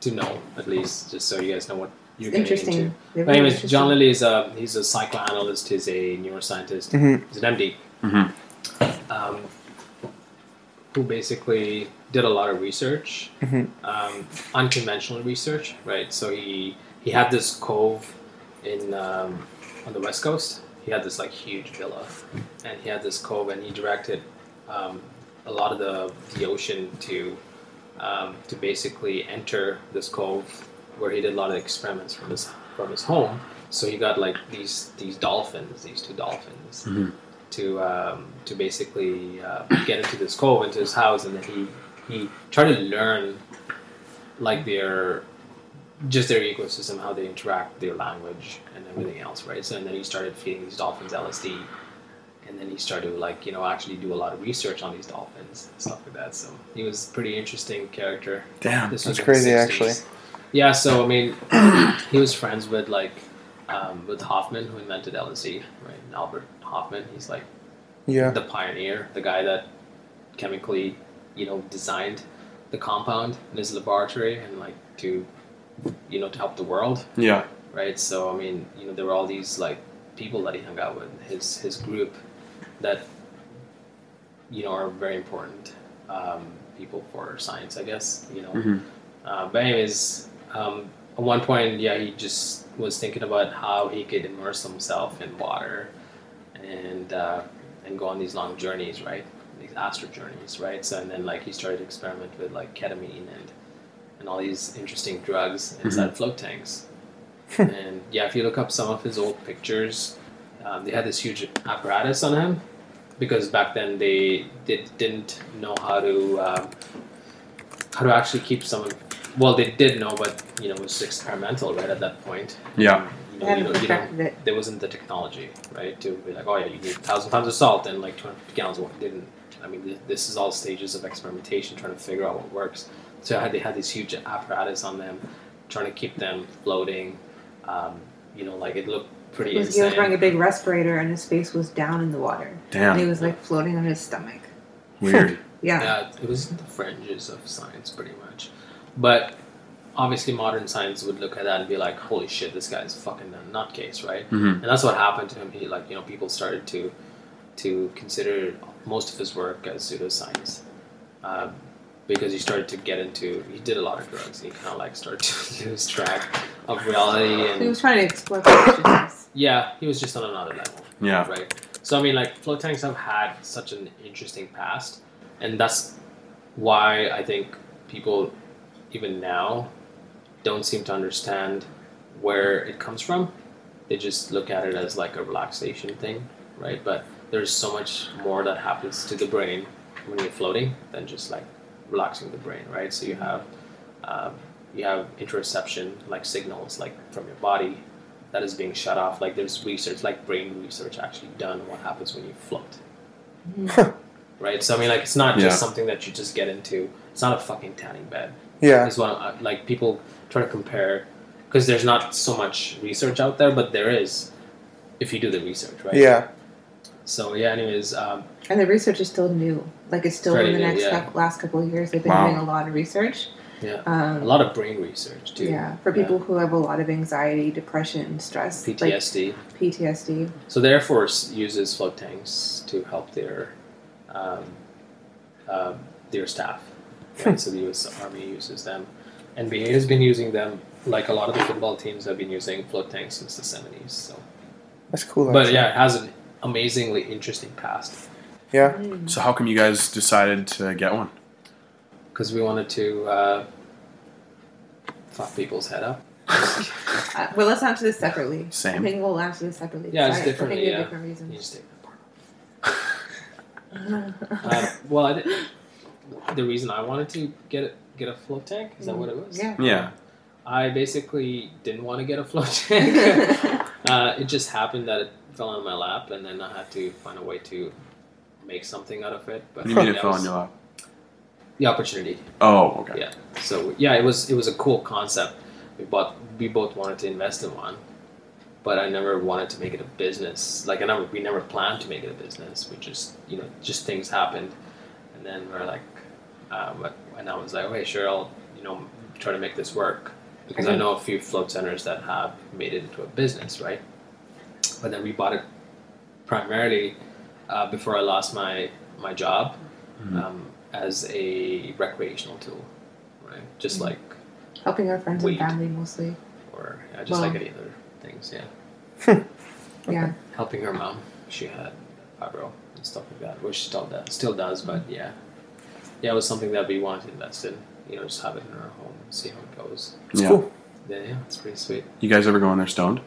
Speaker 7: to know, at least, just so you guys know what you're getting into.
Speaker 6: Interesting. They're
Speaker 7: But
Speaker 6: really
Speaker 7: anyways,
Speaker 6: interesting.
Speaker 7: John Lilly is a he's a psychoanalyst. He's a neuroscientist.
Speaker 5: Mhm.
Speaker 7: He's an MD.
Speaker 2: Mhm.
Speaker 7: Um, who basically did a lot of research,
Speaker 5: Mhm.
Speaker 7: um, unconventional research, right? So he he had this cove in um, on the west coast. He had this like huge villa, and he had this cove, and he directed um, a lot of the the ocean to um, to basically enter this cove where he did a lot of experiments from his from his home. So he got like these these dolphins, these two dolphins,
Speaker 2: Mhm.
Speaker 7: to um, to basically uh, get into this cove into his house, and then he he tried to learn like their just their ecosystem, how they interact, their language, and everything else, right? So and then he started feeding these dolphins LSD, and then he started to like you know actually do a lot of research on these dolphins and stuff like that. So he was a pretty interesting character.
Speaker 2: Damn.
Speaker 7: This
Speaker 5: That's
Speaker 7: was in the
Speaker 5: crazy,
Speaker 7: 60s.
Speaker 5: actually.
Speaker 7: Yeah, so I mean, he was friends with like um, with Hoffman, who invented LSD, right? And Albert Hoffman, he's like
Speaker 5: Yeah.
Speaker 7: the pioneer, the guy that chemically, you know, designed the compound in his laboratory and like to, you know, to help the world,
Speaker 2: Yeah.
Speaker 7: right? So I mean, you know, there were all these like people that he hung out with, his his group, that, you know, are very important um, people for science, I guess. You know,
Speaker 2: Mhm.
Speaker 7: uh, but anyways, um, at one point, yeah, he just was thinking about how he could immerse himself in water, and uh, and go on these long journeys, right? These astral journeys, right? So and then like he started to experiment with like ketamine and and all these interesting drugs inside float tanks. and yeah, if you look up some of his old pictures, um, they had this huge apparatus on him because back then they did, didn't know how to um, how to actually keep someone. Well, they did know, but you know it was experimental, right? At that point, Um,
Speaker 2: Yeah.
Speaker 7: you
Speaker 6: They
Speaker 7: know, you
Speaker 6: haven't
Speaker 7: know, you don't-
Speaker 6: perfected it.
Speaker 7: there wasn't the technology, right? To be like, oh yeah, you need thousand tons of salt and like 250 gallons of water. Didn't. I mean, th- this is all stages of experimentation, trying to figure out what works. So had, they had these huge apparatus on them, trying to keep them floating. Um, you know, like it looked pretty
Speaker 6: He was, he
Speaker 7: insane.
Speaker 6: was wearing a big respirator and his face was down in the water. And he
Speaker 2: Damn.
Speaker 6: was like floating on his stomach.
Speaker 2: Weird.
Speaker 6: Yeah.
Speaker 7: Yeah, it was the fringes of science, pretty much. But obviously, modern science would look at that and be like, "Holy shit, this guy's fucking a nutcase," right?
Speaker 2: Mhm.
Speaker 6: Mm-hmm.
Speaker 7: And that's what happened to him. He like, you know, people started to to consider most of his work as pseudoscience uh, because he started to get into. He did a lot of drugs. He kind of like started to lose track of reality and
Speaker 6: He was trying to explore consciousness.
Speaker 7: yeah, he was just on another level.
Speaker 2: Yeah.
Speaker 7: Right. So I mean, like float tanks have had such an interesting past, and that's why I think people, even now, don't seem to understand where it comes from. They just look at it as like a relaxation thing, right? But there's so much more that happens to the brain when you're floating than just like relaxing the brain, right? So you have um, you have interception like signals like from your body that is being shut off. Like there's research, like brain research actually done on what happens when you float. Right? So I mean like it's not just
Speaker 2: Yeah.
Speaker 7: something that you just get into. It's not a fucking tanning bed.
Speaker 5: Yeah.
Speaker 7: Is what I'm, like people try to compare because there's not so much research out there, but there is if you do the research, right?
Speaker 5: Yeah.
Speaker 7: So yeah, anyways, um,
Speaker 6: And the research is still new. Like it's still
Speaker 7: Very
Speaker 6: in the
Speaker 7: new,
Speaker 6: next
Speaker 7: yeah.
Speaker 6: cou- last couple of years. They've been
Speaker 2: Wow.
Speaker 6: doing a lot of research.
Speaker 7: yeah.
Speaker 6: Um,
Speaker 7: A lot of brain research too.
Speaker 6: Yeah, for people who have a lot of anxiety, depression, stress, like
Speaker 7: PTSD.
Speaker 6: PTSD.
Speaker 7: So the Air Force uses float tanks to help their um, uh, their staff. Right? so the U.S. Army uses them. NBA has been using them, like a lot of the football teams have been using float tanks since the '70s. So,
Speaker 5: That's cool.
Speaker 7: but
Speaker 5: actually.
Speaker 7: yeah, it has an amazingly interesting past
Speaker 5: Yeah.
Speaker 2: So how come you guys decided to get one?
Speaker 7: because we wanted to uh, fuck people's head up.
Speaker 6: Uh, well, let's answer this separately. I
Speaker 2: Same.
Speaker 6: think we'll answer this separately.
Speaker 7: Yeah, it's
Speaker 6: Sorry,
Speaker 7: different,
Speaker 6: For thinking
Speaker 7: yeah.
Speaker 6: of different
Speaker 7: You
Speaker 6: reasons.
Speaker 7: just take that part. Uh, well, I did- the reason I wanted to get a, get a float tank is that what it was?
Speaker 6: Yeah.
Speaker 2: Yeah.
Speaker 7: I basically didn't want to get a float tank. uh, it just happened that it fell on my lap, and then I had to find a way to make something out of it.
Speaker 2: What
Speaker 7: But
Speaker 2: do you mean
Speaker 7: that
Speaker 2: it fell
Speaker 7: was
Speaker 2: on your lap?
Speaker 7: The opportunity.
Speaker 2: Oh, okay.
Speaker 7: Yeah. So yeah, it was it was a cool concept. We both we both wanted to invest in one, but I never wanted to make it a business. Like I never we never planned to make it a business. We just you know just things happened, and then we're like, uh, but- and I was like, okay, sure, I'll you know try to make this work because I know a few float centers that have made it into a business, right? But then we bought it primarily uh, before I lost my my job um, as a recreational tool, right? Just
Speaker 6: Mm-hmm.
Speaker 7: like
Speaker 6: Helping our friends
Speaker 7: Wait.
Speaker 6: and family mostly.
Speaker 7: or yeah, just
Speaker 6: Wow.
Speaker 7: like any other things, yeah.
Speaker 6: Yeah.
Speaker 7: Helping her mom, she had fibro and stuff like that, which she still does, still does,
Speaker 6: Mm-hmm.
Speaker 7: but yeah, yeah, it was something that we wanted to invest in. You know, just have it in our home, and see how it goes.
Speaker 5: It's cool.
Speaker 7: then yeah, it's pretty sweet.
Speaker 2: You guys ever go in there stoned?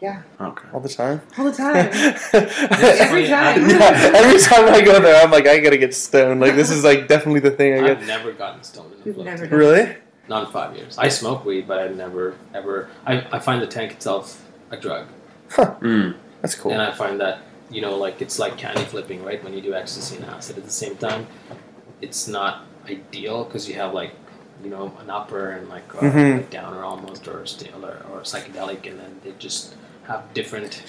Speaker 6: Yeah.
Speaker 2: Okay.
Speaker 5: all the time.
Speaker 6: All the time.
Speaker 5: yeah,
Speaker 6: Every
Speaker 7: funny, I-
Speaker 6: time.
Speaker 5: every time I go there, I'm like, I gotta get stoned. Like this is like definitely the thing I
Speaker 7: I've
Speaker 5: get.
Speaker 7: never gotten stoned in a
Speaker 6: You've
Speaker 7: float
Speaker 6: never
Speaker 7: tank.
Speaker 6: done-
Speaker 5: Really?
Speaker 7: Not in five years. I smoke weed, but I never ever. I, I find the tank itself a drug,
Speaker 2: Mm.
Speaker 5: That's cool.
Speaker 7: and I find that you know, like it's like candy flipping, right? When you do ecstasy and acid at the same time, it's not ideal because you have like you know an upper and like a
Speaker 5: Mhm.
Speaker 7: like downer almost, or still or, or psychedelic, and then they just have different.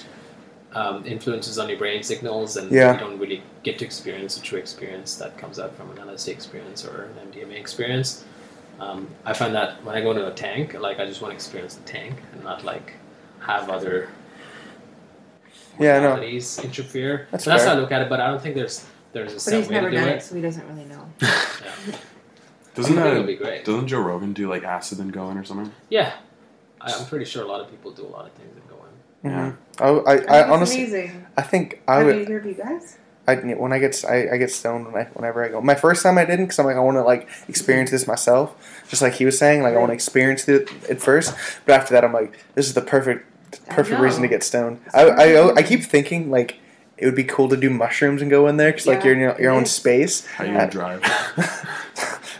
Speaker 7: Um, influences on your brain signals, and
Speaker 5: Yeah.
Speaker 7: you don't really get to experience the true experience that comes out from an LSD experience or an MDMA experience. Um, I find that when I go into a tank, like I just want to experience the tank and not like have other
Speaker 5: Yeah, I know.
Speaker 7: modalities interfere.
Speaker 5: That's
Speaker 7: so that's
Speaker 5: fair.
Speaker 7: how I look at it. But I don't think there's there's a
Speaker 6: But
Speaker 7: set
Speaker 6: he's
Speaker 7: way to
Speaker 6: never
Speaker 7: do
Speaker 6: done it,
Speaker 7: it.
Speaker 6: so he doesn't really know.
Speaker 2: Doesn't
Speaker 7: I think it'll
Speaker 2: that
Speaker 7: be great.
Speaker 2: doesn't Joe Rogan do like acid and go in or something?
Speaker 7: Yeah, I, I'm pretty sure a lot of people do a lot of things that go in.
Speaker 2: Yeah.
Speaker 5: Oh, I,
Speaker 6: I
Speaker 5: I,
Speaker 6: think it's
Speaker 5: honestly,
Speaker 6: amazing.
Speaker 5: I think I
Speaker 6: Have
Speaker 5: would.
Speaker 6: either of you guys?
Speaker 5: I when I get s- I, I get stoned when I, whenever I go. My first time I didn't because I'm like I want to like experience this myself, just like he was saying. Like I want to experience it at first, but after that I'm like this is the perfect
Speaker 6: I
Speaker 5: perfect reason to
Speaker 6: know.
Speaker 5: get stoned. I, I I keep thinking like it would be cool to do mushrooms and go in there because like
Speaker 6: Yeah,
Speaker 5: you're in your, your
Speaker 6: it
Speaker 5: own
Speaker 6: is.
Speaker 5: space.
Speaker 2: How you gonna drive?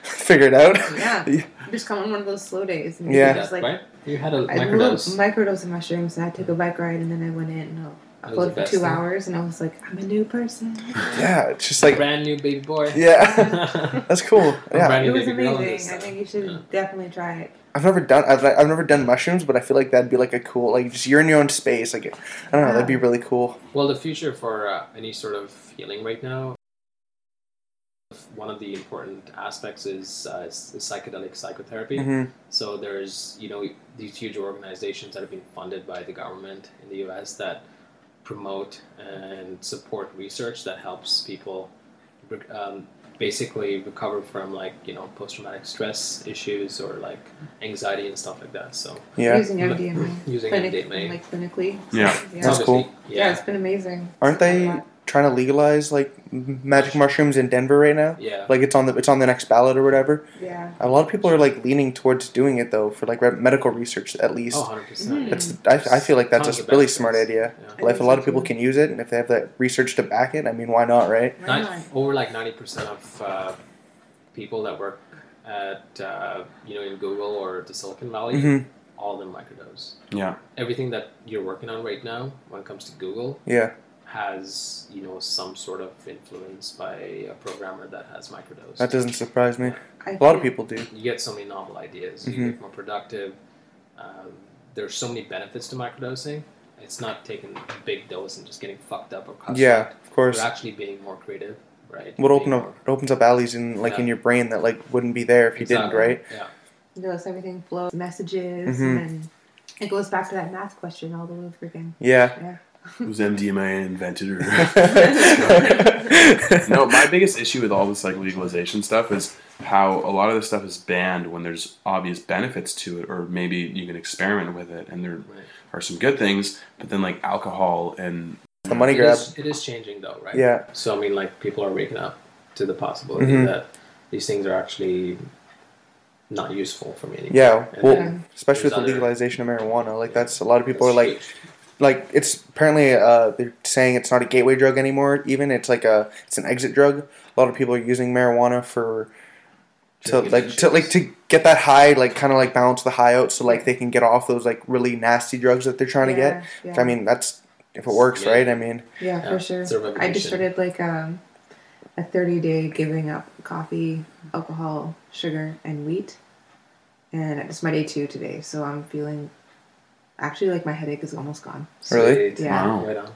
Speaker 5: Figure it out.
Speaker 6: Yeah.
Speaker 5: Yeah.
Speaker 6: Just come on one of those slow days. And
Speaker 5: Yeah.
Speaker 6: you're Just like,
Speaker 7: right? You had a
Speaker 6: I little
Speaker 7: microdose.
Speaker 6: microdose of mushrooms, and I took a bike ride, and then I went in and I
Speaker 7: That was the
Speaker 6: floated for
Speaker 7: best
Speaker 6: two
Speaker 7: thing.
Speaker 6: hours, and I was like, I'm a new person.
Speaker 5: Yeah, it's just like
Speaker 7: brand new baby boy.
Speaker 5: yeah, that's cool. Yeah,
Speaker 7: Brand
Speaker 6: It
Speaker 7: new
Speaker 6: was
Speaker 7: baby girl this
Speaker 6: amazing. I
Speaker 7: time.
Speaker 6: think you should
Speaker 7: Yeah.
Speaker 6: definitely try it.
Speaker 5: I've never done I've, like, I've never done mushrooms, but I feel like that'd be like a cool like just you're in your own space. Like I don't know, that'd be really cool.
Speaker 7: Well, the future for uh, any sort of healing right now, one of the important aspects is uh, s- psychedelic psychotherapy.
Speaker 5: hmm
Speaker 7: So there's, you know, these huge organizations that have been funded by the government in the US that promote and support research that helps people re- um, basically recover from like, you know, post traumatic stress issues or like anxiety and stuff like that. So
Speaker 5: Yeah.
Speaker 6: Using MDMA.
Speaker 7: using
Speaker 6: Clinic-
Speaker 7: MDMA.
Speaker 6: Like clinically.
Speaker 2: Yeah.
Speaker 7: It's
Speaker 5: That's cool.
Speaker 7: obviously-
Speaker 6: Yeah,
Speaker 7: Yeah.
Speaker 6: it's been amazing.
Speaker 5: Aren't they trying to legalize like m- magic mushrooms in Denver right now?
Speaker 7: Yeah.
Speaker 5: Like it's on the it's on the next ballot or whatever.
Speaker 6: Yeah.
Speaker 5: A lot of people are like leaning towards doing it though for like re- medical research at least.
Speaker 7: oh, 100%.
Speaker 5: That's I, I feel like that's
Speaker 7: Tons
Speaker 5: a
Speaker 7: of
Speaker 5: really
Speaker 7: benefits.
Speaker 5: smart idea.
Speaker 7: Yeah.
Speaker 6: I
Speaker 5: Like if
Speaker 6: think
Speaker 5: a lot
Speaker 6: so,
Speaker 5: of people
Speaker 6: too.
Speaker 5: can use it and if they have the research to back it, I mean why not, right?
Speaker 6: Why
Speaker 7: Nine-
Speaker 6: not?
Speaker 7: over like ninety percent of uh, people that work at uh, you know in Google or the Silicon Valley,
Speaker 5: Mhm.
Speaker 7: all of them microdose.
Speaker 2: Yeah.
Speaker 7: Everything that you're working on right now, when it comes to Google,
Speaker 5: Yeah.
Speaker 7: has you know some sort of influence by a programmer that has microdose.
Speaker 5: That doesn't surprise me.
Speaker 6: I
Speaker 5: A lot of
Speaker 6: think-
Speaker 5: people do.
Speaker 7: you get so many novel ideas.
Speaker 5: Mhm.
Speaker 7: You get more productive. Um, there's so many benefits to microdosing. It's not taking a big dose and just getting fucked up or cut
Speaker 5: Yeah, of
Speaker 7: short.
Speaker 5: course.
Speaker 7: You're actually being more creative, right?
Speaker 5: What
Speaker 7: Being
Speaker 5: open up
Speaker 7: more-
Speaker 5: it opens up alleys in like in
Speaker 7: Yeah.
Speaker 5: your brain that like wouldn't be there if you didn't,
Speaker 7: Exactly.
Speaker 5: right?
Speaker 7: Yeah.
Speaker 6: Notice everything flows, messages,
Speaker 5: Mhm.
Speaker 6: and it goes back to that math question all the way freaking.
Speaker 5: Yeah.
Speaker 2: Was MDMA invented or
Speaker 5: no.
Speaker 2: No, my biggest issue with all this like legalization stuff is how a lot of this stuff is banned when there's obvious benefits to it, or maybe you can experiment with it, and there
Speaker 7: Right.
Speaker 2: are some good things. But then like alcohol and
Speaker 5: The money
Speaker 7: It
Speaker 5: grab.
Speaker 7: is- it is changing though, right?
Speaker 5: Yeah.
Speaker 7: So I mean, like people are waking up to the possibility
Speaker 5: Mhm.
Speaker 7: that these things are actually not useful for me anymore.
Speaker 5: Yeah,
Speaker 7: And
Speaker 5: well,
Speaker 7: then
Speaker 5: especially with
Speaker 7: there's
Speaker 5: the
Speaker 7: other-
Speaker 5: legalization of marijuana, like that's a lot of people are
Speaker 7: that's
Speaker 5: like,
Speaker 7: huge.
Speaker 5: like it's apparently uh, they're saying it's not a gateway drug anymore. Even it's like a it's an exit drug. A lot of people are using marijuana for to
Speaker 7: Drinking
Speaker 5: like to
Speaker 7: issues.
Speaker 5: like to get that high, like kind of like balance the high out, so like they can get off those like really nasty drugs that they're trying to
Speaker 6: Yeah,
Speaker 5: get.
Speaker 6: yeah.
Speaker 5: I mean, that's if it works,
Speaker 7: Yeah.
Speaker 5: right? I mean,
Speaker 6: Yeah,
Speaker 7: Yeah,
Speaker 6: for sure.
Speaker 7: it's a
Speaker 6: I just
Speaker 7: revolution.
Speaker 6: started like um, a 30 day giving up coffee, alcohol, sugar, and wheat. And it's my day two today, so I'm feeling actually like my headache is almost gone.
Speaker 5: Really?
Speaker 7: Sweet.
Speaker 6: Yeah.
Speaker 2: Wow.
Speaker 7: Right on.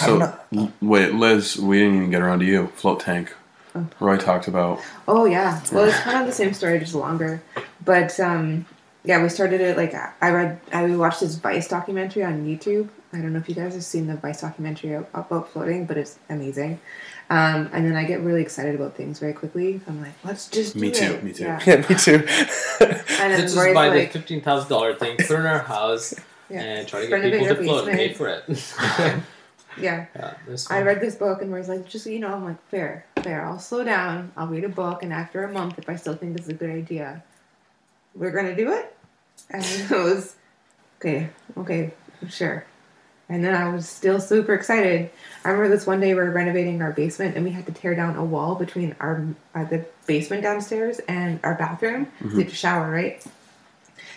Speaker 5: I don't
Speaker 2: so. l- Wait, Liz, we didn't even get around to you. Float tank.
Speaker 6: Oh.
Speaker 2: Roy talked about.
Speaker 6: Oh yeah. Well, it's kind of the same story, just longer. But um, yeah, we started it like I read, I watched this Vice documentary on YouTube. I don't know if you guys have seen the Vice documentary about floating, but it's amazing. Um, and then I get really excited about things very quickly. I'm like, let's just.
Speaker 2: Me
Speaker 6: do
Speaker 2: too,
Speaker 6: it.
Speaker 2: me too.
Speaker 6: Yeah.
Speaker 5: yeah, me too.
Speaker 6: And then
Speaker 7: Let's just
Speaker 6: Roy's
Speaker 7: buy
Speaker 6: like,
Speaker 7: the fifteen thousand dollar thing, put it in our house,
Speaker 6: yeah,
Speaker 7: and try to get
Speaker 6: Renovate
Speaker 7: people to
Speaker 6: our
Speaker 7: float and pay for
Speaker 6: basement.
Speaker 7: it.
Speaker 6: yeah.
Speaker 7: yeah, that's
Speaker 6: I
Speaker 7: fun.
Speaker 6: read this book and Roy's like, just so you know, I'm like, fair, fair. I'll slow down. I'll read a book, and after a month, if I still think this is a good idea, we're gonna do it. And it was okay, okay, sure. And then I was still super excited. I remember this one day we were renovating our basement and we had to tear down a wall between our uh, the basement downstairs and our bathroom.
Speaker 7: Mm-hmm.
Speaker 6: We had to shower, right?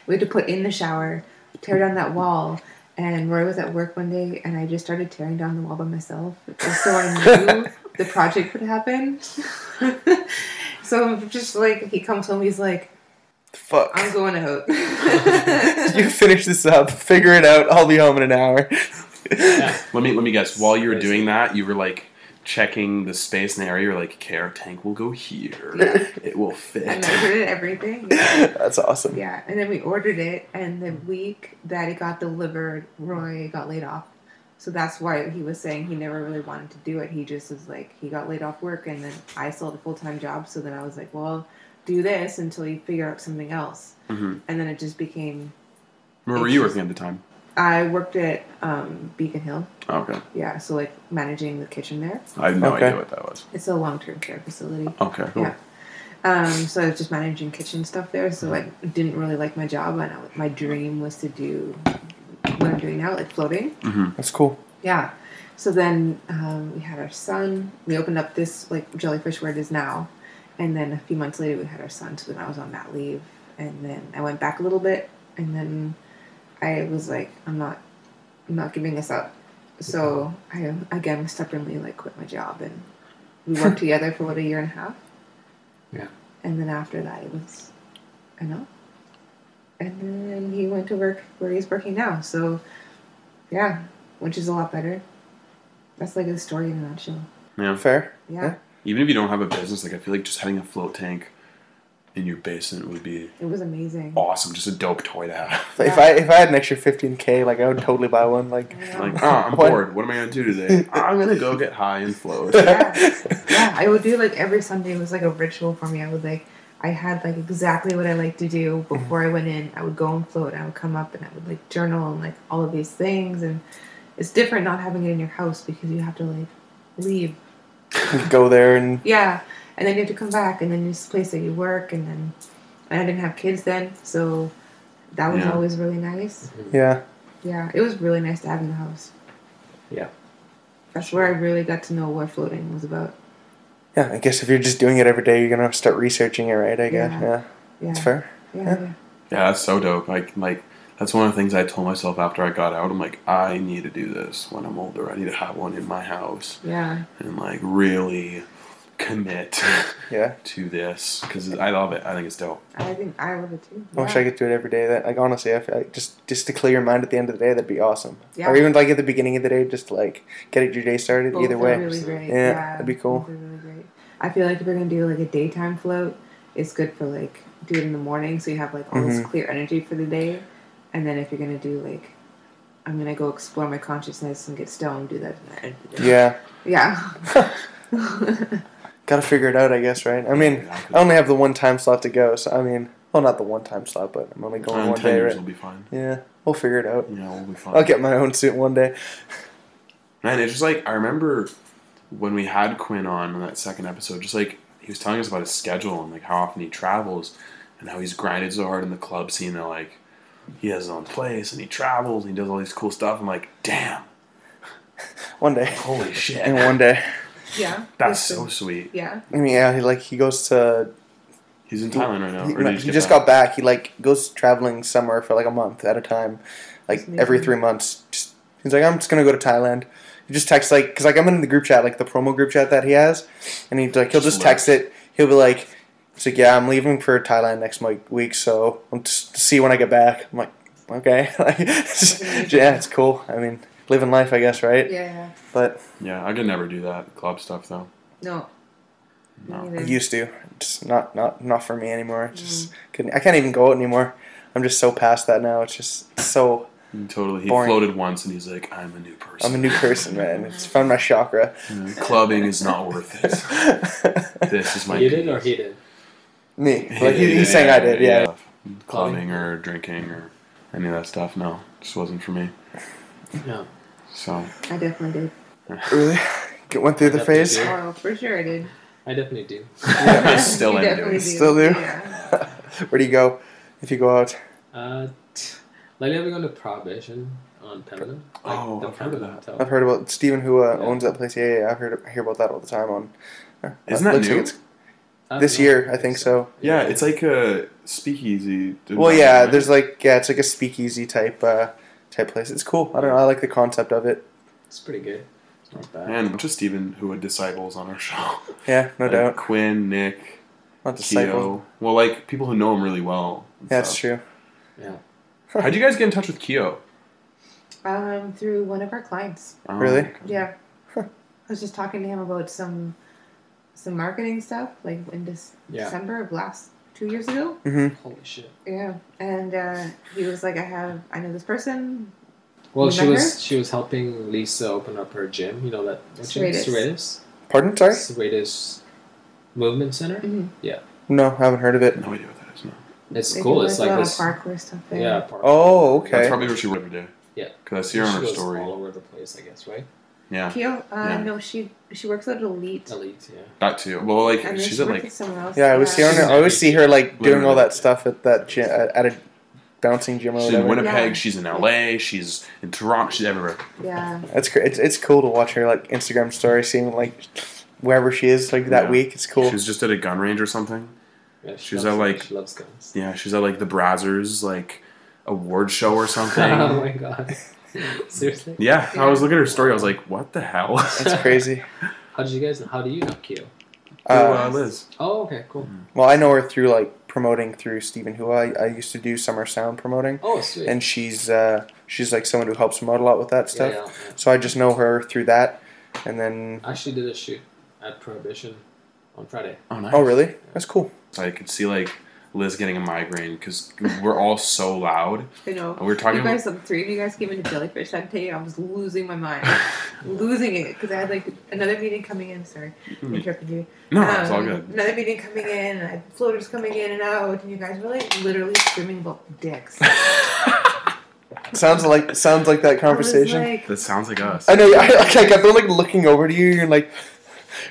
Speaker 6: We had to put in the shower, tear down that wall. And Roy was at work one day, and I just started tearing down the wall by myself, just so I knew the project would happen. so just like he comes home, he's like,
Speaker 5: Fuck.
Speaker 6: "I'm going out."
Speaker 5: you finish this up. Figure it out. I'll be home in an hour.
Speaker 2: Let me let me guess. While you were
Speaker 7: Crazy.
Speaker 2: doing that, you were like checking the space and area. You're like, care tank will go here. it will
Speaker 6: I
Speaker 2: fit.
Speaker 6: measured it, everything. Yeah.
Speaker 5: That's awesome.
Speaker 6: yeah, and then we ordered it, and the week that it got delivered, Roy got laid off. So that's why he was saying he never really wanted to do it. He just was like, he got laid off work, and then I still had a full time job. So then I was like, well, do this until you figure out something else.
Speaker 2: Mhm.
Speaker 6: And then it just became.
Speaker 2: Where were you working at the time?
Speaker 6: I worked at um, Beacon Hill.
Speaker 2: Oh, okay,
Speaker 6: Yeah, so like managing the kitchen there.
Speaker 2: I have no
Speaker 5: Okay.
Speaker 2: idea what that was.
Speaker 6: It's a long term care facility.
Speaker 2: Okay, cool.
Speaker 6: Yeah. Um, so I was just managing kitchen stuff there. So I didn't really like my job, and I, my dream was to do what I'm doing now, like floating.
Speaker 5: That's cool.
Speaker 6: Yeah. So then um, we had our son. We opened up this like jellyfish where it is now, and then a few months later we had our son. So then I was on that leave, and then I went back a little bit, and then I was like, I'm not, I'm not giving this up. So I again stubbornly like quit my job, and we worked together for what a year and a half.
Speaker 7: Yeah.
Speaker 6: And then after that, it was enough. And then he went to work where he's working now. So, yeah, which is a lot better. That's like a story in a nutshell.
Speaker 2: Yeah.
Speaker 5: Fair.
Speaker 6: Yeah,
Speaker 5: Yeah.
Speaker 2: Even if you don't have a business, like I feel like just having a float tank in your basement would be
Speaker 6: it was amazing.
Speaker 2: awesome. Just a dope toy to have.
Speaker 5: So If
Speaker 6: Yeah.
Speaker 5: I if I had an extra 15k, like I would totally buy one. Like
Speaker 6: Yeah.
Speaker 2: Like, oh, I'm
Speaker 5: What?
Speaker 2: bored. What am I gonna do today? I'm gonna go get high and float.
Speaker 6: yeah. yeah, I would do like every Sunday was like a ritual for me. I would like, I had like exactly what I like to do before I went in. I would go and float. And I would come up and I would like journal and like all of these things. And it's different not having it in your house because you have to like leave
Speaker 5: go there and
Speaker 6: Yeah, and then you have to come back, and then this place that you work, and then and I didn't have kids then, so that was
Speaker 2: Yeah.
Speaker 6: always really nice.
Speaker 5: yeah.
Speaker 6: Yeah, it was really nice to have in the house.
Speaker 7: Yeah.
Speaker 6: That's where I really got to know what floating was about.
Speaker 5: Yeah, I guess if you're just doing it every day, you're gonna start researching it, right? I guess.
Speaker 6: Yeah.
Speaker 5: Yeah,
Speaker 6: Yeah,
Speaker 5: that's fair.
Speaker 6: Yeah,
Speaker 5: Yeah.
Speaker 6: yeah.
Speaker 2: Yeah, that's so dope. Like, like that's one of the things I told myself after I got out. I'm like, I need to do this when I'm older. I need to have one in my house
Speaker 6: yeah.
Speaker 2: and like really commit
Speaker 5: Yeah,
Speaker 2: to this because I love it. I think it's dope.
Speaker 6: I think I love it too.
Speaker 5: I wish I could do it every day. That like honestly, I feel like just just to clear your mind at the end of the day, that'd be awesome.
Speaker 6: Yeah.
Speaker 5: Or even like at the beginning of the day, just like get your day started.
Speaker 6: Both
Speaker 5: Either
Speaker 6: are
Speaker 5: way,
Speaker 6: really great.
Speaker 5: Yeah,
Speaker 6: Yeah,
Speaker 5: that'd be cool.
Speaker 6: both are really great. I feel like if we're gonna do like a daytime float, it's good for like do it in the morning so you have like all this
Speaker 5: Mm-hmm.
Speaker 6: clear energy for the day, and then if you're gonna do like, I'm gonna go explore my consciousness and get stoned, do that at the end of the day.
Speaker 5: yeah.
Speaker 6: Yeah.
Speaker 5: Gotta figure it out, I guess, right? I mean,
Speaker 2: exactly.
Speaker 5: I only have the one time slot to go, so I mean, well, not the one time slot, but I'm only going
Speaker 2: In
Speaker 5: one
Speaker 2: ten
Speaker 5: day,
Speaker 2: years,
Speaker 5: right?
Speaker 2: we'll be fine.
Speaker 5: Yeah, we'll figure it out.
Speaker 2: Yeah, we'll be fine.
Speaker 5: I'll get my own suit one day.
Speaker 2: Man, it's just like I remember when we had Quinn on in that second episode. Just like he was telling us about his schedule and like how often he travels and how he's grinded so hard in the club scene that like he has his own place and he travels and he does all these cool stuff. I'm like, damn,
Speaker 5: One day.
Speaker 2: holy shit.
Speaker 5: And one day.
Speaker 6: yeah.
Speaker 2: That's so sweet.
Speaker 6: Yeah.
Speaker 5: I mean, yeah, he like he goes to.
Speaker 2: He's in Thailand right now.
Speaker 5: He,
Speaker 2: or
Speaker 5: no,
Speaker 2: did
Speaker 5: he
Speaker 2: get
Speaker 5: just
Speaker 2: back?
Speaker 5: got back. He like goes traveling somewhere for like a month at a time, like
Speaker 6: That's
Speaker 5: every
Speaker 6: amazing.
Speaker 5: three months. Just he's like, I'm just gonna go to Thailand. He just texts like, cause like I'm in the group chat, like the promo group chat that he has, and he like he'll just
Speaker 2: Just
Speaker 5: text it. He'll be like, it's like yeah, I'm leaving for Thailand next mi- week, so I'll just see when I get back. I'm like, okay, like,
Speaker 6: amazing.
Speaker 5: yeah, it's cool. I mean, living life, I guess, right?
Speaker 6: Yeah.
Speaker 5: But
Speaker 2: Yeah, I could never do that club stuff though.
Speaker 6: No.
Speaker 2: No.
Speaker 6: Me
Speaker 5: I
Speaker 6: neither.
Speaker 5: used to. Just not not not for me anymore. It's Just couldn't. I can't even go out anymore. I'm just so past that now. It's just so.
Speaker 2: And Totally. He
Speaker 5: Boring.
Speaker 2: floated once and he's like, I'm a new person.
Speaker 5: I'm a new person, man. It's found my chakra.
Speaker 2: Clubbing is not worth it. This is my
Speaker 7: you did or he did?
Speaker 5: me. Like he, he's saying I did. Yeah.
Speaker 2: Clubbing or drinking or any of that stuff, no. Just wasn't for me.
Speaker 7: No.
Speaker 2: So
Speaker 6: I definitely did.
Speaker 5: Really. Get, went through the
Speaker 7: Definitely
Speaker 5: phase.
Speaker 7: do.
Speaker 6: Oh, for sure I did.
Speaker 7: I definitely do.
Speaker 2: I still
Speaker 6: You
Speaker 2: am
Speaker 6: definitely
Speaker 2: doing
Speaker 6: do.
Speaker 2: it.
Speaker 5: Still do?
Speaker 6: Yeah.
Speaker 5: Where do you go if you go out?
Speaker 7: Uh, t- lately, I've been going to Prohibition on Pemina. Like,
Speaker 2: Oh,
Speaker 7: the
Speaker 2: I've heard of
Speaker 7: Pemina
Speaker 2: that.
Speaker 7: Hotel.
Speaker 5: I've heard about Stephen who uh,
Speaker 7: Yeah.
Speaker 5: owns that place. Yeah, yeah, yeah, I've heard I hear about that all the time on. uh,
Speaker 2: Isn't that
Speaker 5: looks
Speaker 2: new?
Speaker 5: like it's- this year, I think so.
Speaker 2: Yeah, it's like a speakeasy.
Speaker 5: Well, yeah, there's like yeah, it's like a speakeasy type uh, type place. It's cool. I don't know. I like the concept of it.
Speaker 7: It's pretty good. It's not bad.
Speaker 2: and just Stephen who had disciples on our show.
Speaker 5: Yeah, no
Speaker 2: Like
Speaker 5: doubt.
Speaker 2: Quinn, Nick,
Speaker 5: Not disciple.
Speaker 2: Keo. Well, like people who know him really well. and
Speaker 5: Yeah, that's
Speaker 2: stuff.
Speaker 5: true.
Speaker 7: Yeah.
Speaker 2: How'd you guys get in touch with Keo?
Speaker 6: Um, through one of our clients.
Speaker 2: Oh,
Speaker 5: Really?
Speaker 2: okay.
Speaker 6: Yeah. I was just talking to him about some some marketing stuff, like in Dec-
Speaker 7: Yeah.
Speaker 6: December of last two years ago.
Speaker 5: hmm
Speaker 7: Holy shit.
Speaker 6: Yeah. And uh, he was like, I have, I know this person.
Speaker 7: Well,
Speaker 6: You
Speaker 7: she
Speaker 6: met
Speaker 7: was
Speaker 6: her?
Speaker 7: she was helping Lisa open up her gym. You know that what's it-
Speaker 6: Serratus.
Speaker 7: Serratus?
Speaker 5: Pardon? Sorry.
Speaker 7: Serratus Movement Center.
Speaker 6: Mhm.
Speaker 5: No, I haven't heard of it.
Speaker 2: No idea what that is. No.
Speaker 7: It's
Speaker 6: They
Speaker 7: cool.
Speaker 6: do,
Speaker 7: It's
Speaker 6: a
Speaker 7: like
Speaker 6: lot of
Speaker 7: this.
Speaker 6: parkour stuff. there.
Speaker 7: Yeah. Park.
Speaker 5: Oh,
Speaker 2: That's
Speaker 5: okay.
Speaker 2: probably where she works every day.
Speaker 7: Yeah.
Speaker 2: Because I see her on
Speaker 7: She
Speaker 2: her
Speaker 7: goes
Speaker 2: story.
Speaker 7: all over the place. I guess right.
Speaker 2: Yeah,
Speaker 6: Keo, uh,
Speaker 2: Yeah.
Speaker 6: no, she she works at Elite.
Speaker 7: Elite. Yeah.
Speaker 2: that too. Well, like
Speaker 6: And then
Speaker 2: she's
Speaker 6: she
Speaker 2: at
Speaker 6: worked
Speaker 2: like
Speaker 6: at someone else. Uh,
Speaker 5: Yeah, I always see her. on- I always see her like doing all that stuff at that gy- at at a bouncing gym or
Speaker 2: she's in
Speaker 5: whatever.
Speaker 2: Winnipeg.
Speaker 6: Yeah.
Speaker 2: She's in LA. She's in Toronto. She's everywhere.
Speaker 6: Yeah.
Speaker 5: That's cr- it's it's cool to watch her like Instagram story, seeing like wherever she is like that
Speaker 2: Yeah.
Speaker 5: week. It's cool.
Speaker 2: She was just at a gun range or something.
Speaker 7: yeah she
Speaker 2: She's
Speaker 7: loves
Speaker 2: at,
Speaker 7: it.
Speaker 2: like-
Speaker 7: she loves guns.
Speaker 2: Yeah, she's at like the Brazzers like award show or
Speaker 7: oh
Speaker 2: something.
Speaker 7: my god. Seriously.
Speaker 2: yeah, I was looking at her story. I was like, what the hell?
Speaker 5: That's crazy.
Speaker 7: How did you guys? How do you know Keo?
Speaker 5: Uh,
Speaker 2: uh, Liz.
Speaker 7: Oh, okay, cool.
Speaker 2: Mm.
Speaker 5: well, I know her through like promoting through Stephen, who I, I used to do summer sound promoting,
Speaker 7: Oh, sweet.
Speaker 5: and she's uh, she's like someone who helps him out a lot with that
Speaker 7: yeah,
Speaker 5: stuff.
Speaker 7: yeah, yeah.
Speaker 5: So I just know her through that, and then
Speaker 7: I actually did a shoot at Prohibition on Friday.
Speaker 2: Oh, nice.
Speaker 5: oh really? That's cool.
Speaker 2: So I could see like Liz getting a migraine because we're all so loud.
Speaker 6: I know.
Speaker 2: We were talking
Speaker 6: You guys, the three of you guys came into Jellyfish that day, and I was losing my mind, losing it because I had like another meeting coming in. Sorry, interrupted you.
Speaker 2: Hmm. No, it's
Speaker 6: Um,
Speaker 2: all good.
Speaker 6: Another meeting coming in, and I had floaters coming in and out, and you guys were like literally screaming about dicks. I
Speaker 5: Sounds like sounds like that
Speaker 6: was
Speaker 5: conversation. I,
Speaker 6: like,
Speaker 2: That sounds like us.
Speaker 5: know. I, I kept on like looking over to you. You're like.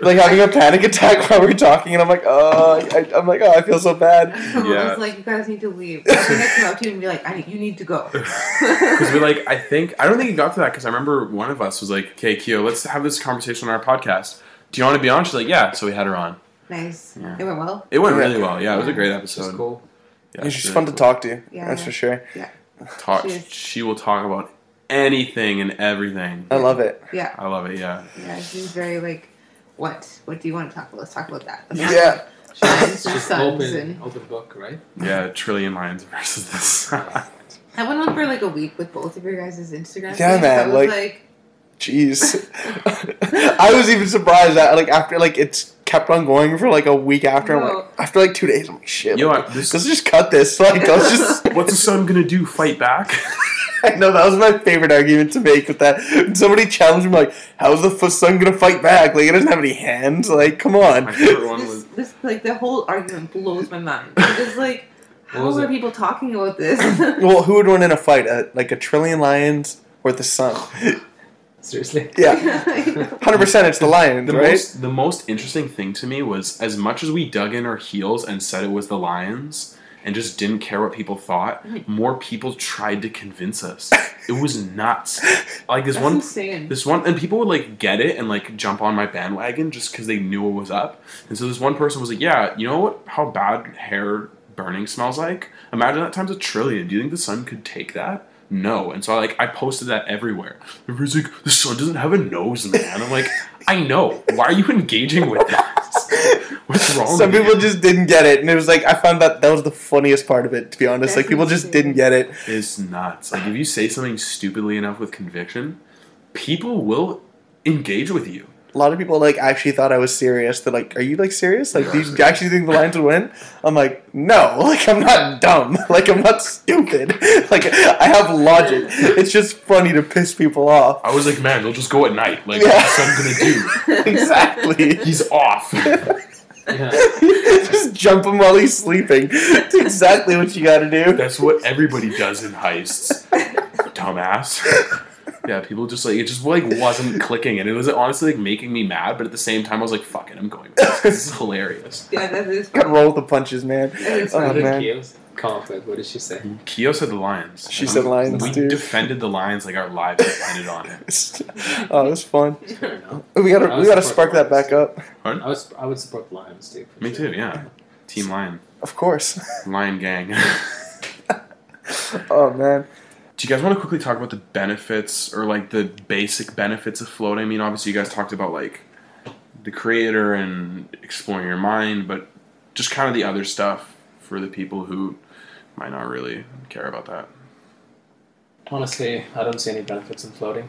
Speaker 5: Like having a panic attack while we're talking, and I'm like, oh, I, I'm like, oh, I feel so bad.
Speaker 6: I
Speaker 2: Yeah.
Speaker 6: was like, you guys need to leave. I was gonna come up to you and be like, I need, you need to go.
Speaker 2: Because we like, I think I don't think it got to that because I remember one of us was like, "Okay, Keo, let's have this conversation on our podcast. Do you want to be on?" She's like, "Yeah." So we had her on.
Speaker 6: nice.
Speaker 2: Yeah.
Speaker 6: It went well.
Speaker 2: It went
Speaker 5: Yeah.
Speaker 2: really well. Yeah, it was a great
Speaker 7: Which is
Speaker 2: episode.
Speaker 7: cool.
Speaker 2: Yeah,
Speaker 5: It's just
Speaker 2: really
Speaker 5: fun to
Speaker 2: cool.
Speaker 5: talk to.
Speaker 6: Yeah.
Speaker 5: That's for sure.
Speaker 2: Talk.
Speaker 6: Cheers.
Speaker 2: She will talk about anything and everything.
Speaker 5: I love it.
Speaker 6: Yeah,
Speaker 2: I love it. Yeah.
Speaker 6: yeah. She was very like, what? What do you want to talk about? Let's talk about that. Let's talk
Speaker 5: Yeah.
Speaker 6: about Shrines and
Speaker 7: Just
Speaker 6: sons
Speaker 7: open,
Speaker 6: and
Speaker 7: open book, right?
Speaker 2: Yeah. Trillion lions versus this.
Speaker 6: I went on for like a week with both of your guys' Instagram.
Speaker 5: Yeah,
Speaker 6: pages.
Speaker 5: man,
Speaker 6: I was
Speaker 5: like-
Speaker 6: like,
Speaker 5: Jeez. I was even surprised that like after like it's kept on going for like a week after. I'm
Speaker 6: No.
Speaker 5: like after like two days. I'm like shit.
Speaker 2: Yo,
Speaker 5: like,
Speaker 2: I- this-
Speaker 5: let's just cut this. Like let's just.
Speaker 2: What's the son gonna do? Fight back?
Speaker 5: I know that was my favorite argument to make with that. When somebody challenged me like, "How's the f- son gonna fight back? Like he doesn't have any hands. Like come on."
Speaker 2: My favorite one
Speaker 6: this,
Speaker 2: was
Speaker 6: this like the whole argument blows my mind. It's like, how
Speaker 7: was
Speaker 6: are
Speaker 7: it?
Speaker 6: people talking about this?
Speaker 5: well, who would win in a fight? Uh, like a trillion lions or the sun?
Speaker 7: Seriously.
Speaker 5: yeah, hundred percent. It's the lions,
Speaker 2: The
Speaker 5: right?
Speaker 2: most the most interesting thing to me was as much as we dug in our heels and said it was the Lions and just didn't care what people thought, more people tried to convince us. It was nuts. Like this
Speaker 6: That's
Speaker 2: one
Speaker 6: insane.
Speaker 2: this one and people would like get it and like jump on my bandwagon just cuz they knew it was up. And so this one person was like, "Yeah, you know what how bad hair burning smells like? Imagine that times a trillion. Do you think the sun could take that?" No, and so I like I posted that everywhere. Everybody's like, "The sun doesn't have a nose, man." I'm like, "I know. Why are you engaging with that? What's wrong?"
Speaker 5: Some
Speaker 2: with
Speaker 5: people
Speaker 2: you?
Speaker 5: just didn't get it, and it was like I found that that was the funniest part of it. To be honest, like people just didn't get it.
Speaker 2: It's nuts. Like if you say something stupidly enough with conviction, people will engage with you.
Speaker 5: A lot of people like actually thought I was serious. They're like, "Are you like serious? Like, do you actually think the Lions would win?" I'm like, "No, like I'm not dumb. Like I'm not stupid. Like I have logic. It's just funny to piss people off."
Speaker 2: I was like, "Man, they'll just go at night. Like,
Speaker 5: Yeah.
Speaker 2: what's the sun gonna do?
Speaker 5: Exactly.
Speaker 2: He's off."
Speaker 7: Yeah.
Speaker 5: just jump him while he's sleeping. It's exactly what you got to do.
Speaker 2: That's what everybody does in heists. Dumbass. Yeah, people just like it just like wasn't clicking and it was honestly like making me mad, but at the same time I was like, fuck it, I'm going with this. 'cause This is hilarious.
Speaker 6: yeah, that is
Speaker 5: Got to roll with the punches, man.
Speaker 6: that is
Speaker 5: Oh,
Speaker 6: funny.
Speaker 5: man.
Speaker 7: Keos. conflict. What did she say?
Speaker 2: Keo said the Lions.
Speaker 5: She said Lions,
Speaker 2: We
Speaker 5: dude.
Speaker 2: defended the Lions like our lives depended on it.
Speaker 5: oh, it was fun.
Speaker 7: I don't know.
Speaker 5: We gotta
Speaker 7: I
Speaker 5: we gotta
Speaker 7: support
Speaker 5: spark that back up.
Speaker 7: I was I would support the Lions too. for
Speaker 2: Me
Speaker 7: sure.
Speaker 2: too. Yeah. Team Lion.
Speaker 5: Of course.
Speaker 2: Lion Gang.
Speaker 5: Oh man.
Speaker 2: Do you guys want to quickly talk about the benefits or like the basic benefits of floating? I mean, obviously, you guys talked about like the creator and exploring your mind, but just kind of the other stuff for the people who might not really care about that.
Speaker 7: Honestly, I don't see any benefits in floating.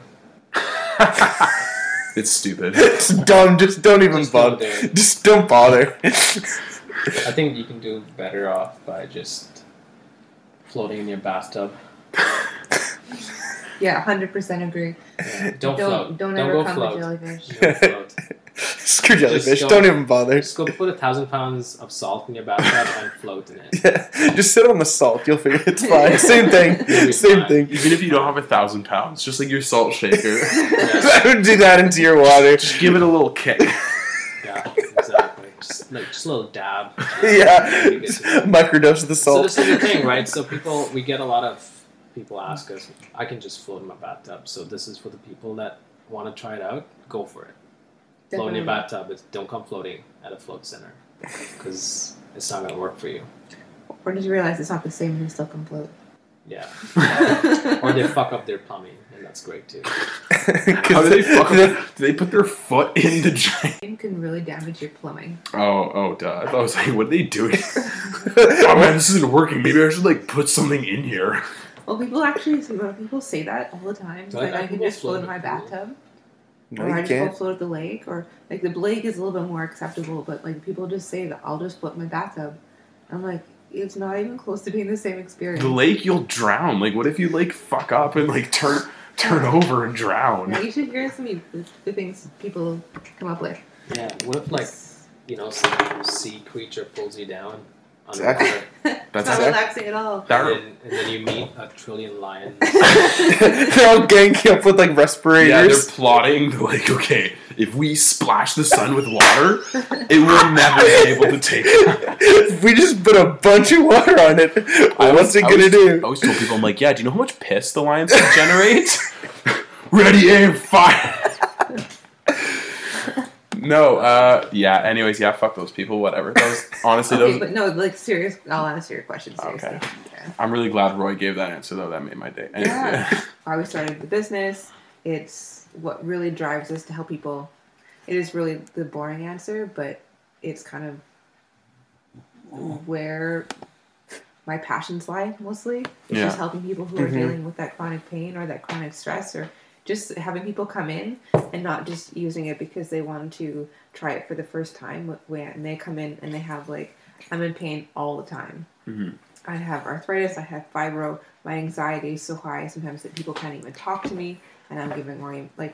Speaker 2: It's stupid.
Speaker 5: It's dumb. Just don't even
Speaker 7: Just don't
Speaker 5: bother.
Speaker 7: do it.
Speaker 5: Just don't bother.
Speaker 7: I think you can do better off by just floating in your bathtub.
Speaker 6: Yeah, hundred percent agree.
Speaker 7: Yeah, Don't, float.
Speaker 6: Don't don't ever
Speaker 7: go
Speaker 6: come
Speaker 7: float.
Speaker 6: with jellyfish.
Speaker 7: Don't float.
Speaker 5: Screw jellyfish.
Speaker 7: don't-
Speaker 5: Don't. even bother.
Speaker 7: Just go put a thousand pounds of salt in your bathtub and float in it.
Speaker 5: Yeah. Just sit on the salt. You'll figure it's fine. Same
Speaker 7: You'll be
Speaker 5: thing. Same
Speaker 7: fine.
Speaker 5: thing.
Speaker 2: Even if you don't have a thousand pounds, just like your salt shaker,
Speaker 5: I
Speaker 7: Yeah,
Speaker 5: would do that into your water.
Speaker 2: just give it a little kick.
Speaker 7: yeah, exactly. Just like just a little dab.
Speaker 5: Yeah.
Speaker 7: You get to-
Speaker 5: Microdose of the
Speaker 7: So
Speaker 5: salt.
Speaker 7: this is the thing, right? So people, we get a lot of people ask us, "I can just float in my bathtub." So this is for the people that want to try it out. Go for it. Float in your
Speaker 6: Definitely.
Speaker 7: bathtub. It's, don't come floating at a float center because it's not going to work for you.
Speaker 6: Or just realize it's not the same and you still can float.
Speaker 7: Yeah. Or they fuck up their plumbing, and that's great too.
Speaker 5: 'Cause
Speaker 2: How do they
Speaker 5: the-
Speaker 2: fuck?
Speaker 5: the-
Speaker 2: Up? Do they put their foot in the drain?
Speaker 6: It can really damage your plumbing.
Speaker 2: Oh, oh, duh. I thought I was like, what are they doing? oh man, this isn't working. Maybe I should like put something in here.
Speaker 6: Well, people actually well, people say that all the time. Like,
Speaker 7: Like, I
Speaker 6: I can
Speaker 7: can
Speaker 6: just
Speaker 7: go
Speaker 6: float in
Speaker 7: float
Speaker 6: my
Speaker 7: in the pool.
Speaker 6: bathtub,
Speaker 5: No,
Speaker 6: or I
Speaker 5: you
Speaker 6: just go
Speaker 5: can't.
Speaker 6: float at the lake, or like the lake is a little bit more acceptable. But like people just say that I'll just float in my bathtub. I'm like, it's not even close to being the same experience.
Speaker 2: The lake, you'll drown. Like, what if you like fuck up and like turn turn over and
Speaker 6: Now
Speaker 2: drown?
Speaker 6: you should hear some of the, the things people come up with.
Speaker 7: Yeah. What if like you know some sea creature pulls you down underwater,
Speaker 5: Exactly.
Speaker 6: It's
Speaker 2: That's
Speaker 6: not
Speaker 5: it.
Speaker 6: relaxing at all.
Speaker 7: and,
Speaker 2: that.
Speaker 7: then, and then you meet a trillion lions.
Speaker 5: They're all ganking up with like respirators.
Speaker 2: Yeah, they're plotting. They're like, okay, if we splash the sun with water, it will never be able to take. It.
Speaker 5: If we just put a bunch of water on it, what's it
Speaker 2: I
Speaker 5: gonna
Speaker 2: always- I
Speaker 5: do?
Speaker 2: always told people, I'm like, yeah, do you know how much piss the lions can generate? Ready, aim, fire. no, uh, yeah. Anyways, yeah, fuck those people. Whatever. That was honestly,
Speaker 6: Okay,
Speaker 2: those.
Speaker 6: but no, like serious. I'll answer your question seriously.
Speaker 2: Okay.
Speaker 6: Yeah.
Speaker 2: I'm really glad Roy gave that answer though. That made my day. Anyways,
Speaker 6: Yeah. Why we started the business. It's what really drives us to help people. It is really the boring answer, but it's kind of where my passions lie mostly. It's
Speaker 2: Yeah.
Speaker 6: just helping people who are dealing with that chronic pain or that chronic stress or just having people come in and not just using it because they want to try it for the first time when they come in and they have like I'm in pain all the time. I have arthritis, I have fibro, my anxiety is so high sometimes that people can't even talk to me, and I'm giving more like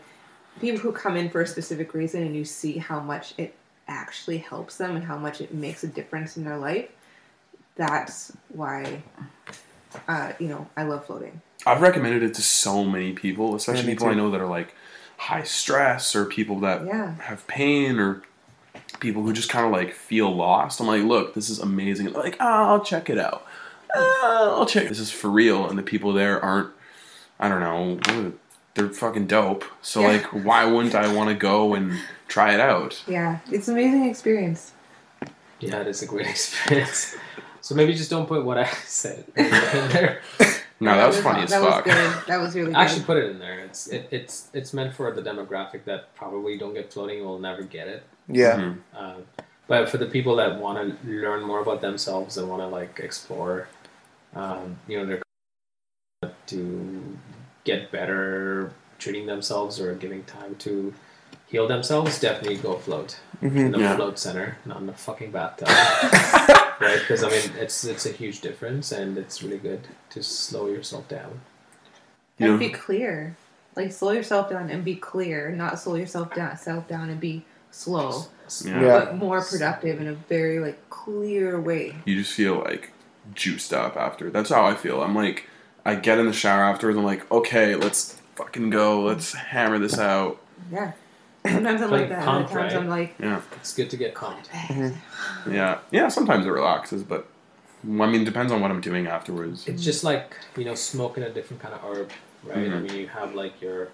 Speaker 6: people who come in for a specific reason and you see how much it actually helps them and how much it makes a difference in their life. That's why, uh, you know, I love floating.
Speaker 2: I've recommended it to so many people, especially
Speaker 5: Yeah, me
Speaker 2: people I
Speaker 5: too.
Speaker 2: know that are like high stress or people that
Speaker 6: Yeah.
Speaker 2: have pain or people who just kind of like feel lost. I'm like, look, this is amazing. And they're like, oh, I'll check it out. Oh, I'll check. This is for real, and the people there aren't. I don't know. They're fucking dope. So
Speaker 6: Yeah.
Speaker 2: like, why wouldn't I want to go and try it out?
Speaker 6: Yeah, it's an amazing experience.
Speaker 7: Yeah, it is a great experience. So maybe just don't put what I said in there.
Speaker 2: No, that, was, funny as
Speaker 6: that
Speaker 2: fuck.
Speaker 6: Was good. That was really good.
Speaker 7: Actually, put it in there. It's it, it's it's meant for the demographic that probably don't get floating will never get it.
Speaker 5: Yeah.
Speaker 2: Mhm.
Speaker 7: Uh, but for the people that want to learn more about themselves and want to like explore, um, you know, their to get better treating themselves or giving time to heal themselves, definitely go float in the
Speaker 2: Yeah.
Speaker 7: float center, not in the fucking bathtub. right? Because I mean, it's it's a huge difference, and it's really good to slow yourself down.
Speaker 2: You know-
Speaker 6: and be clear. Like slow yourself down and be clear, not slow yourself down, self down and be slow,
Speaker 2: Yeah.
Speaker 5: Yeah.
Speaker 6: but more productive in a very like clear way.
Speaker 2: you just feel like juiced up after. That's how I feel. I'm like, I get in the shower afterwards. I'm like, okay, let's fucking go. Let's hammer this out.
Speaker 6: Yeah. Sometimes I'm like
Speaker 7: Like
Speaker 6: that.
Speaker 7: pump,
Speaker 6: Other times
Speaker 7: right?
Speaker 6: I'm like,
Speaker 2: Yeah, Mm-hmm.
Speaker 7: It's good to get calmed.
Speaker 2: yeah, yeah. Sometimes it relaxes, but Well, I mean, it depends on what I'm doing afterwards.
Speaker 7: It's just like you know smoking a different kind of herb, right? I
Speaker 2: Mhm.
Speaker 7: mean, you have like your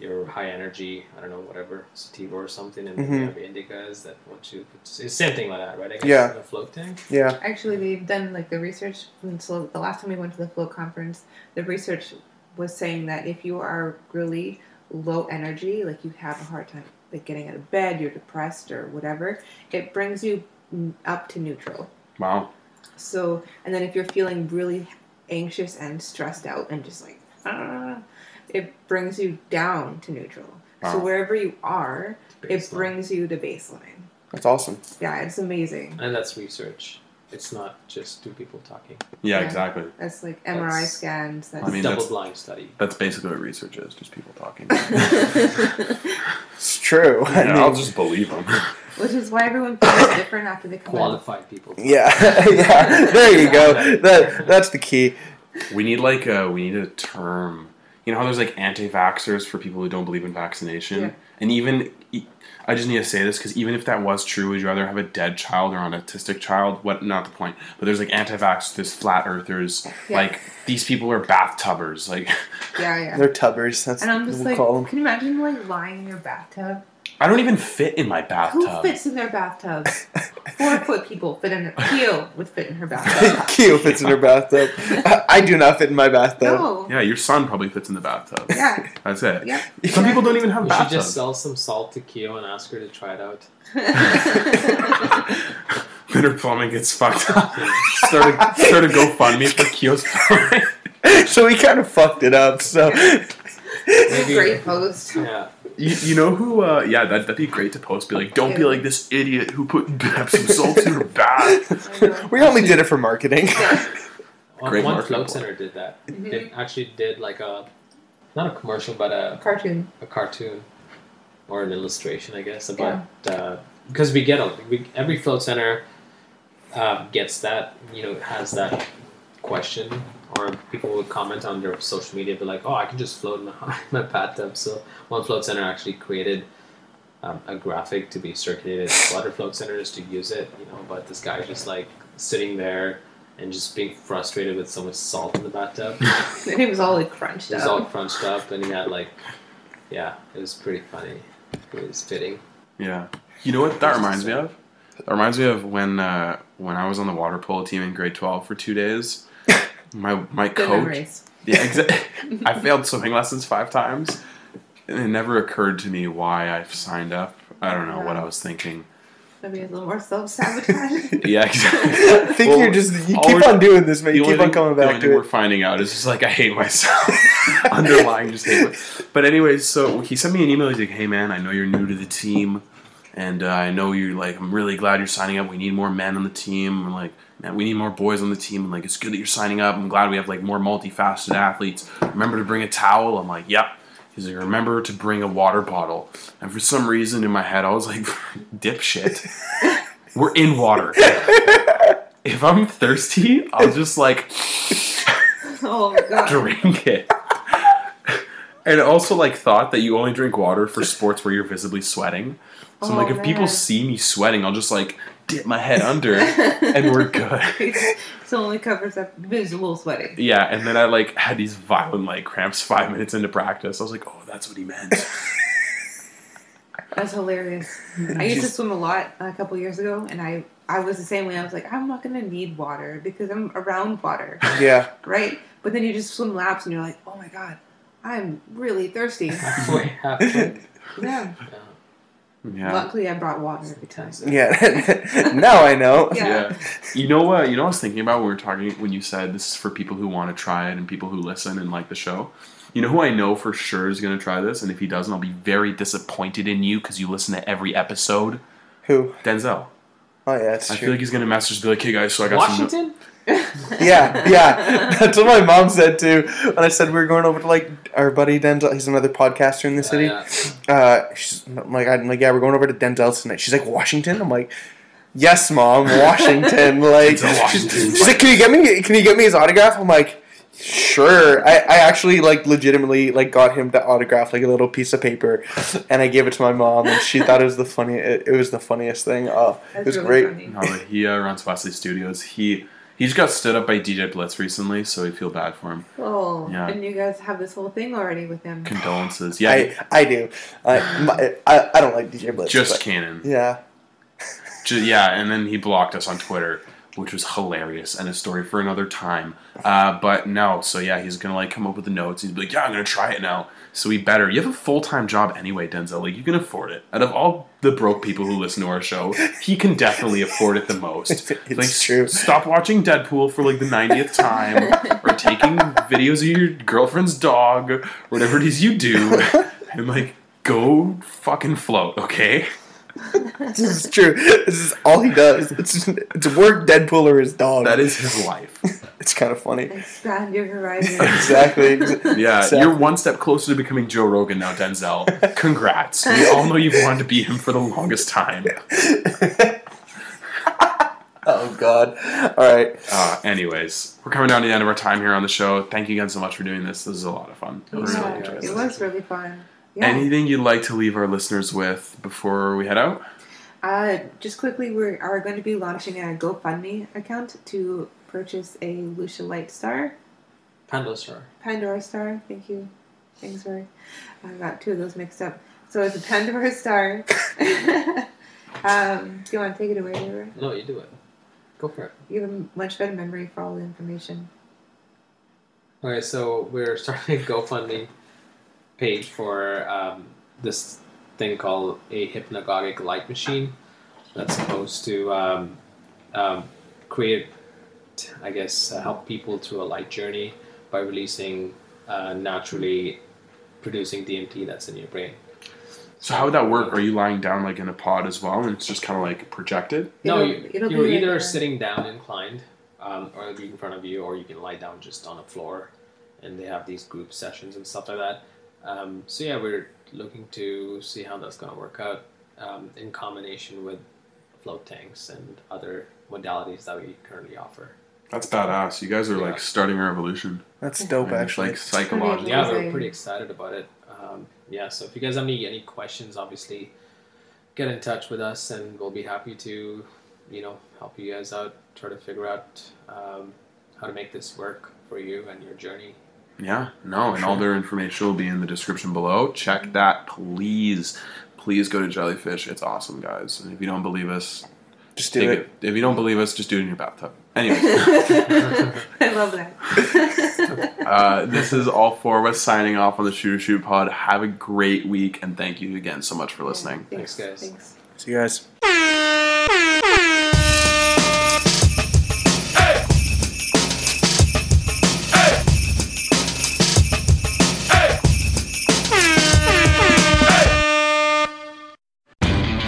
Speaker 7: your high energy, I don't know, whatever sativa or something, and
Speaker 5: Mhm.
Speaker 7: then you have indicas that want you. It's the same thing like that, right? I guess
Speaker 5: Yeah.
Speaker 7: in a float tank.
Speaker 5: Yeah.
Speaker 6: Actually, they've done like the research. And so the last time we went to the float conference, the research was saying that if you are really low energy, like you have a hard time like getting out of bed, you're depressed or whatever, it brings you mm, up to neutral.
Speaker 2: Wow.
Speaker 6: So, and then if you're feeling really anxious and stressed out and just like, ah, it brings you down to neutral. So
Speaker 2: Wow.
Speaker 6: wherever you are, it
Speaker 7: Baseline.
Speaker 6: brings you to baseline.
Speaker 5: That's awesome.
Speaker 6: Yeah, it's amazing.
Speaker 7: and that's research. It's not just two people talking.
Speaker 2: Yeah,
Speaker 6: Yeah.
Speaker 2: exactly.
Speaker 6: That's like MRI
Speaker 7: That's-
Speaker 6: scans. That's
Speaker 2: I mean,
Speaker 7: Double
Speaker 2: that's-
Speaker 7: blind study.
Speaker 2: That's basically what research is, just people talking.
Speaker 5: It's true. I
Speaker 2: And
Speaker 5: mean-
Speaker 2: I'll just believe them.
Speaker 6: Which is why everyone feels different after they come out.
Speaker 7: Qualified people.
Speaker 5: Yeah, yeah. There you go. That that's the key.
Speaker 2: we need like a we need a term. You know how there's like anti-vaxxers for people who don't believe in vaccination,
Speaker 6: Yeah.
Speaker 2: and even e- I just need to say this because even if that was true, would you rather have a dead child or an autistic child? What? Not the point. But there's like anti-vax, there's flat earthers,
Speaker 6: Yeah.
Speaker 2: like these people are bathtubbers. Like
Speaker 6: Yeah, yeah.
Speaker 5: They're tubbers. That's
Speaker 6: And I'm just
Speaker 5: what we
Speaker 6: like,
Speaker 5: call them.
Speaker 6: can you imagine like lying in your bathtub?
Speaker 2: I don't even fit in my
Speaker 6: Who
Speaker 2: bathtub.
Speaker 6: fits in their bathtubs? Four foot people fit in. Keo would fit in her bathtub.
Speaker 5: Keo fits in her bathtub. I, I do not fit in my bathtub.
Speaker 6: No.
Speaker 2: Yeah, your son probably fits in the bathtub.
Speaker 6: Yeah.
Speaker 2: That's it.
Speaker 6: Yep.
Speaker 2: Some people don't even have
Speaker 7: You should just
Speaker 2: bathtubs.
Speaker 7: sell some salt to Keo and ask her to try it out.
Speaker 2: Then her plumbing gets fucked up. start, a, start a GoFundMe for Keo's plumbing.
Speaker 5: so we kind of fucked it up. So
Speaker 7: Maybe-
Speaker 6: Great post. Oh
Speaker 7: Yeah.
Speaker 2: You, you know who? Uh, yeah, that, that'd be great to post. Be like, don't be like this idiot who put Epsom salt in her bath.
Speaker 5: we only did it for marketing.
Speaker 7: One,
Speaker 2: Great
Speaker 7: one
Speaker 2: marketing
Speaker 7: float
Speaker 2: point.
Speaker 7: center did that. It actually did like a, not a commercial, but a,
Speaker 6: Cartoon.
Speaker 7: a cartoon or an illustration, I guess, about, because we get, a, we, every float center uh, gets that, you know, has that question, or people would comment on their social media, be like, oh, I can just float in my, my bathtub. So one float center actually created um, a graphic to be circulated to other float centers to use it, you know, but this guy just like sitting there and just being frustrated with so much salt in the bathtub.
Speaker 6: And it was all like crunched
Speaker 7: It was all
Speaker 6: up.
Speaker 7: crunched up and he had like, yeah, it was pretty funny. It was fitting.
Speaker 2: Yeah. You know what that reminds me of? That reminds me of when uh, when I was on the water polo team in grade twelve for two days. My my
Speaker 6: Good
Speaker 2: coach.
Speaker 6: memories.
Speaker 2: Yeah, exactly. I failed swimming lessons five times, and it never occurred to me why I signed up. I don't know what I was thinking.
Speaker 6: Maybe a little more self sabotage.
Speaker 2: Yeah, exactly.
Speaker 5: I think
Speaker 2: Well,
Speaker 5: you're just you
Speaker 2: all
Speaker 5: keep
Speaker 2: we're-
Speaker 5: on doing this, man.
Speaker 2: The
Speaker 5: You
Speaker 2: only
Speaker 5: keep on
Speaker 2: thing-
Speaker 5: coming
Speaker 2: the only
Speaker 5: back
Speaker 2: thing
Speaker 5: to
Speaker 2: we're
Speaker 5: it.
Speaker 2: finding out is just like I hate myself. Underlying just hate myself. But anyways, so he sent me an email. He's like, "Hey man, I know you're new to the team, and uh, I know you're like, I'm really glad you're signing up. We need more men on the team. And like, man, we need more boys on the team. And like, it's good that you're signing up. I'm glad we have like more multifaceted athletes. Remember to bring a towel. I'm like, yep. He's like, remember to bring a water bottle. And for some reason in my head, I was like, dipshit. We're in water. If I'm thirsty, I'll just like
Speaker 6: oh my god.
Speaker 2: drink it. and also like thought that you only drink water for sports where you're visibly sweating. So I'm
Speaker 6: Oh,
Speaker 2: like, if people
Speaker 6: man.
Speaker 2: see me sweating, I'll just like dip my head under and we're good.
Speaker 6: so only covers up visual sweating.
Speaker 2: Yeah, and then I like had these violent like cramps five minutes into practice. I was like, oh, that's what he meant.
Speaker 6: That's hilarious. I used to swim a lot uh, a couple years ago, and I I was the same way. I was like, I'm not gonna need water because I'm around water,
Speaker 5: yeah,
Speaker 6: right? But then you just swim laps, and you're like, oh my god, I'm really thirsty.
Speaker 7: Halfway, halfway.
Speaker 6: yeah.
Speaker 2: Yeah.
Speaker 6: Luckily, I brought water every time.
Speaker 5: yeah. now I know.
Speaker 6: Yeah.
Speaker 2: Yeah. You know what? you know what I was thinking about when we were talking when you said this is for people who want to try it and people who listen and like the show. You know who I know for sure is going to try this, and if he doesn't, I'll be very disappointed in you because you listen to every episode.
Speaker 5: Who?
Speaker 2: Denzel.
Speaker 5: Oh yeah, that's
Speaker 2: I
Speaker 5: true.
Speaker 2: feel like he's gonna message be like, "Hey guys, so I got some."
Speaker 7: Washington?
Speaker 5: yeah, yeah. That's what my mom said too. When I said we were going over to like our buddy Denzel, he's another podcaster in the city.
Speaker 7: Yeah, yeah.
Speaker 5: Uh, she's I'm like, I'm like, yeah, we're going over to Denzel's tonight. She's like, Washington. I'm like, yes, mom, Washington. like,
Speaker 2: Denzel Washington.
Speaker 5: She's, she's like, can you get me? Can you get me his autograph? I'm like, sure. I, I actually like legitimately like got him the autograph, like a little piece of paper, and I gave it to my mom, and she thought it was the funny. It, it was the funniest thing. Oh, it was
Speaker 6: really
Speaker 5: great.
Speaker 6: funny.
Speaker 2: No, but he uh, runs Wesley Studios. He He just got stood up by DJ Blitz recently, so we feel bad for him.
Speaker 6: Oh,
Speaker 2: Yeah.
Speaker 6: and you guys have this whole thing already with him.
Speaker 2: Condolences. Yeah,
Speaker 5: I, I do. I, my, I I don't like DJ Blitz.
Speaker 2: just
Speaker 5: but-
Speaker 2: canon.
Speaker 5: Yeah.
Speaker 2: Ju- yeah, and then he blocked us on Twitter, which was hilarious and a story for another time. Uh, but no, so yeah, he's gonna like come up with the notes. He's like, yeah, I'm gonna try it now. So we better. You have a full time job anyway, Denzel. Like you can afford it. Out of all the broke people who listen to our show, he can definitely afford it the most.
Speaker 5: It's
Speaker 2: like, s-
Speaker 5: true.
Speaker 2: Stop watching Deadpool for like the ninetieth time, or taking videos of your girlfriend's dog, or whatever it is you do, and like go fucking float, okay?
Speaker 5: This is true. This is all he does. It's it's work Deadpool or his dog.
Speaker 2: That is his life.
Speaker 5: It's kind of funny.
Speaker 6: Expand your horizon.
Speaker 5: Exactly.
Speaker 2: Yeah,
Speaker 5: Exactly.
Speaker 2: you're one step closer to becoming Joe Rogan now, Denzel. Congrats. We all know you've wanted to be him for the longest time.
Speaker 5: oh God. All right.
Speaker 2: Uh, anyways, we're coming down to the end of our time here on the show. Thank you again so much for doing this. This is a lot of fun. I
Speaker 7: was
Speaker 2: really
Speaker 6: Yeah,
Speaker 2: enjoyed
Speaker 6: it
Speaker 2: this.
Speaker 6: was really fun. Yeah.
Speaker 2: Anything you'd like to leave our listeners with before we head out?
Speaker 6: Uh, just quickly, we are going to be launching a GoFundMe account to purchase a Lucia Light Star,
Speaker 7: Panda Star.
Speaker 6: Pandora Star. Thank you. Thanks, Rory. I got two of those mixed up. So it's a Pandora Star. um, do you want to take it away, Rory?
Speaker 7: No, you do it. Go for it.
Speaker 6: You have a much better memory for all the information.
Speaker 7: Okay, so we're starting a GoFundMe page for um, this thing called a hypnagogic light machine that's supposed to um, um, create, I guess, uh, help people through a light journey by releasing uh, naturally producing DMT that's in your brain.
Speaker 2: So, how would that work? Are you lying down like in a pod as well and it's just kind of like projected?
Speaker 7: No,
Speaker 6: It'll-
Speaker 7: you,
Speaker 6: it'll
Speaker 7: you're
Speaker 6: be like
Speaker 7: either
Speaker 6: a-
Speaker 7: sitting down inclined, um, or it'll be in front of you, or you can lie down just on a floor, and they have these group sessions and stuff like that. Um, so yeah, we're looking to see how that's gonna work out um, in combination with float tanks and other modalities that we currently offer.
Speaker 2: That's badass. You guys are like starting a revolution.
Speaker 5: That's dope.
Speaker 2: And it's,
Speaker 5: Actually.
Speaker 2: like psychological.
Speaker 7: Um, Yeah, we're
Speaker 6: Amazing.
Speaker 7: pretty excited about it. Um, yeah, so if you guys have any any questions, obviously get in touch with us, and we'll be happy to, you know, help you guys out, try to figure out um, how to make this work for you and your journey.
Speaker 2: Yeah, no, and all their information will be in the description below. Check that, please. Please go to Jellyfish. It's awesome, guys. And if you don't believe us,
Speaker 5: Just
Speaker 2: take
Speaker 5: do
Speaker 2: it.
Speaker 5: it.
Speaker 2: If you don't believe us, just do it in your bathtub. Anyway,
Speaker 6: I love that.
Speaker 2: uh, this is all four of us signing off on the Shooter Shoot Pod. Have a great week, and thank you again so much for listening.
Speaker 7: Thanks, guys.
Speaker 6: Thanks.
Speaker 5: See you guys.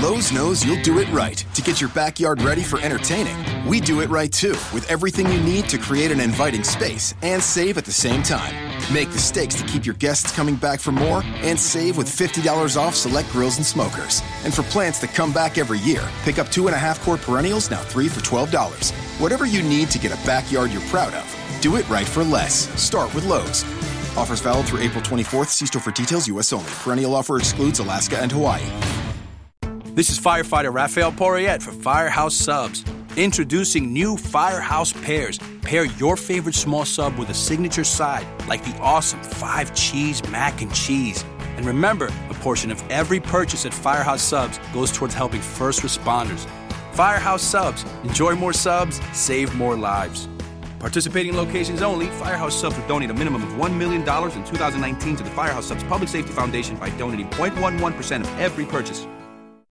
Speaker 8: Lowe's knows you'll do it right to get your backyard ready for entertaining. We do it right too, with everything you need to create an inviting space and save at the same time. Make the stakes to keep your guests coming back for more and save with $50 off select grills and smokers. And for plants that come back every year, pick up two and a half quart perennials, now three for $12. Whatever you need to get a backyard you're proud of, do it right for less. Start with Lowe's. Offers valid through April 24th. See store for details, U.S. only. Perennial offer excludes Alaska and Hawaii.
Speaker 1: This is firefighter Raphael Porriette for Firehouse Subs. Introducing new Firehouse Pairs. Pair your favorite small sub with a signature side, like the awesome five cheese mac and cheese. And remember, a portion of every purchase at Firehouse Subs goes towards helping first responders. Firehouse Subs. Enjoy more subs, save more lives. Participating locations only, Firehouse Subs will donate a minimum of $1 million in 2019 to the Firehouse Subs Public Safety Foundation by donating 0.11% of every purchase.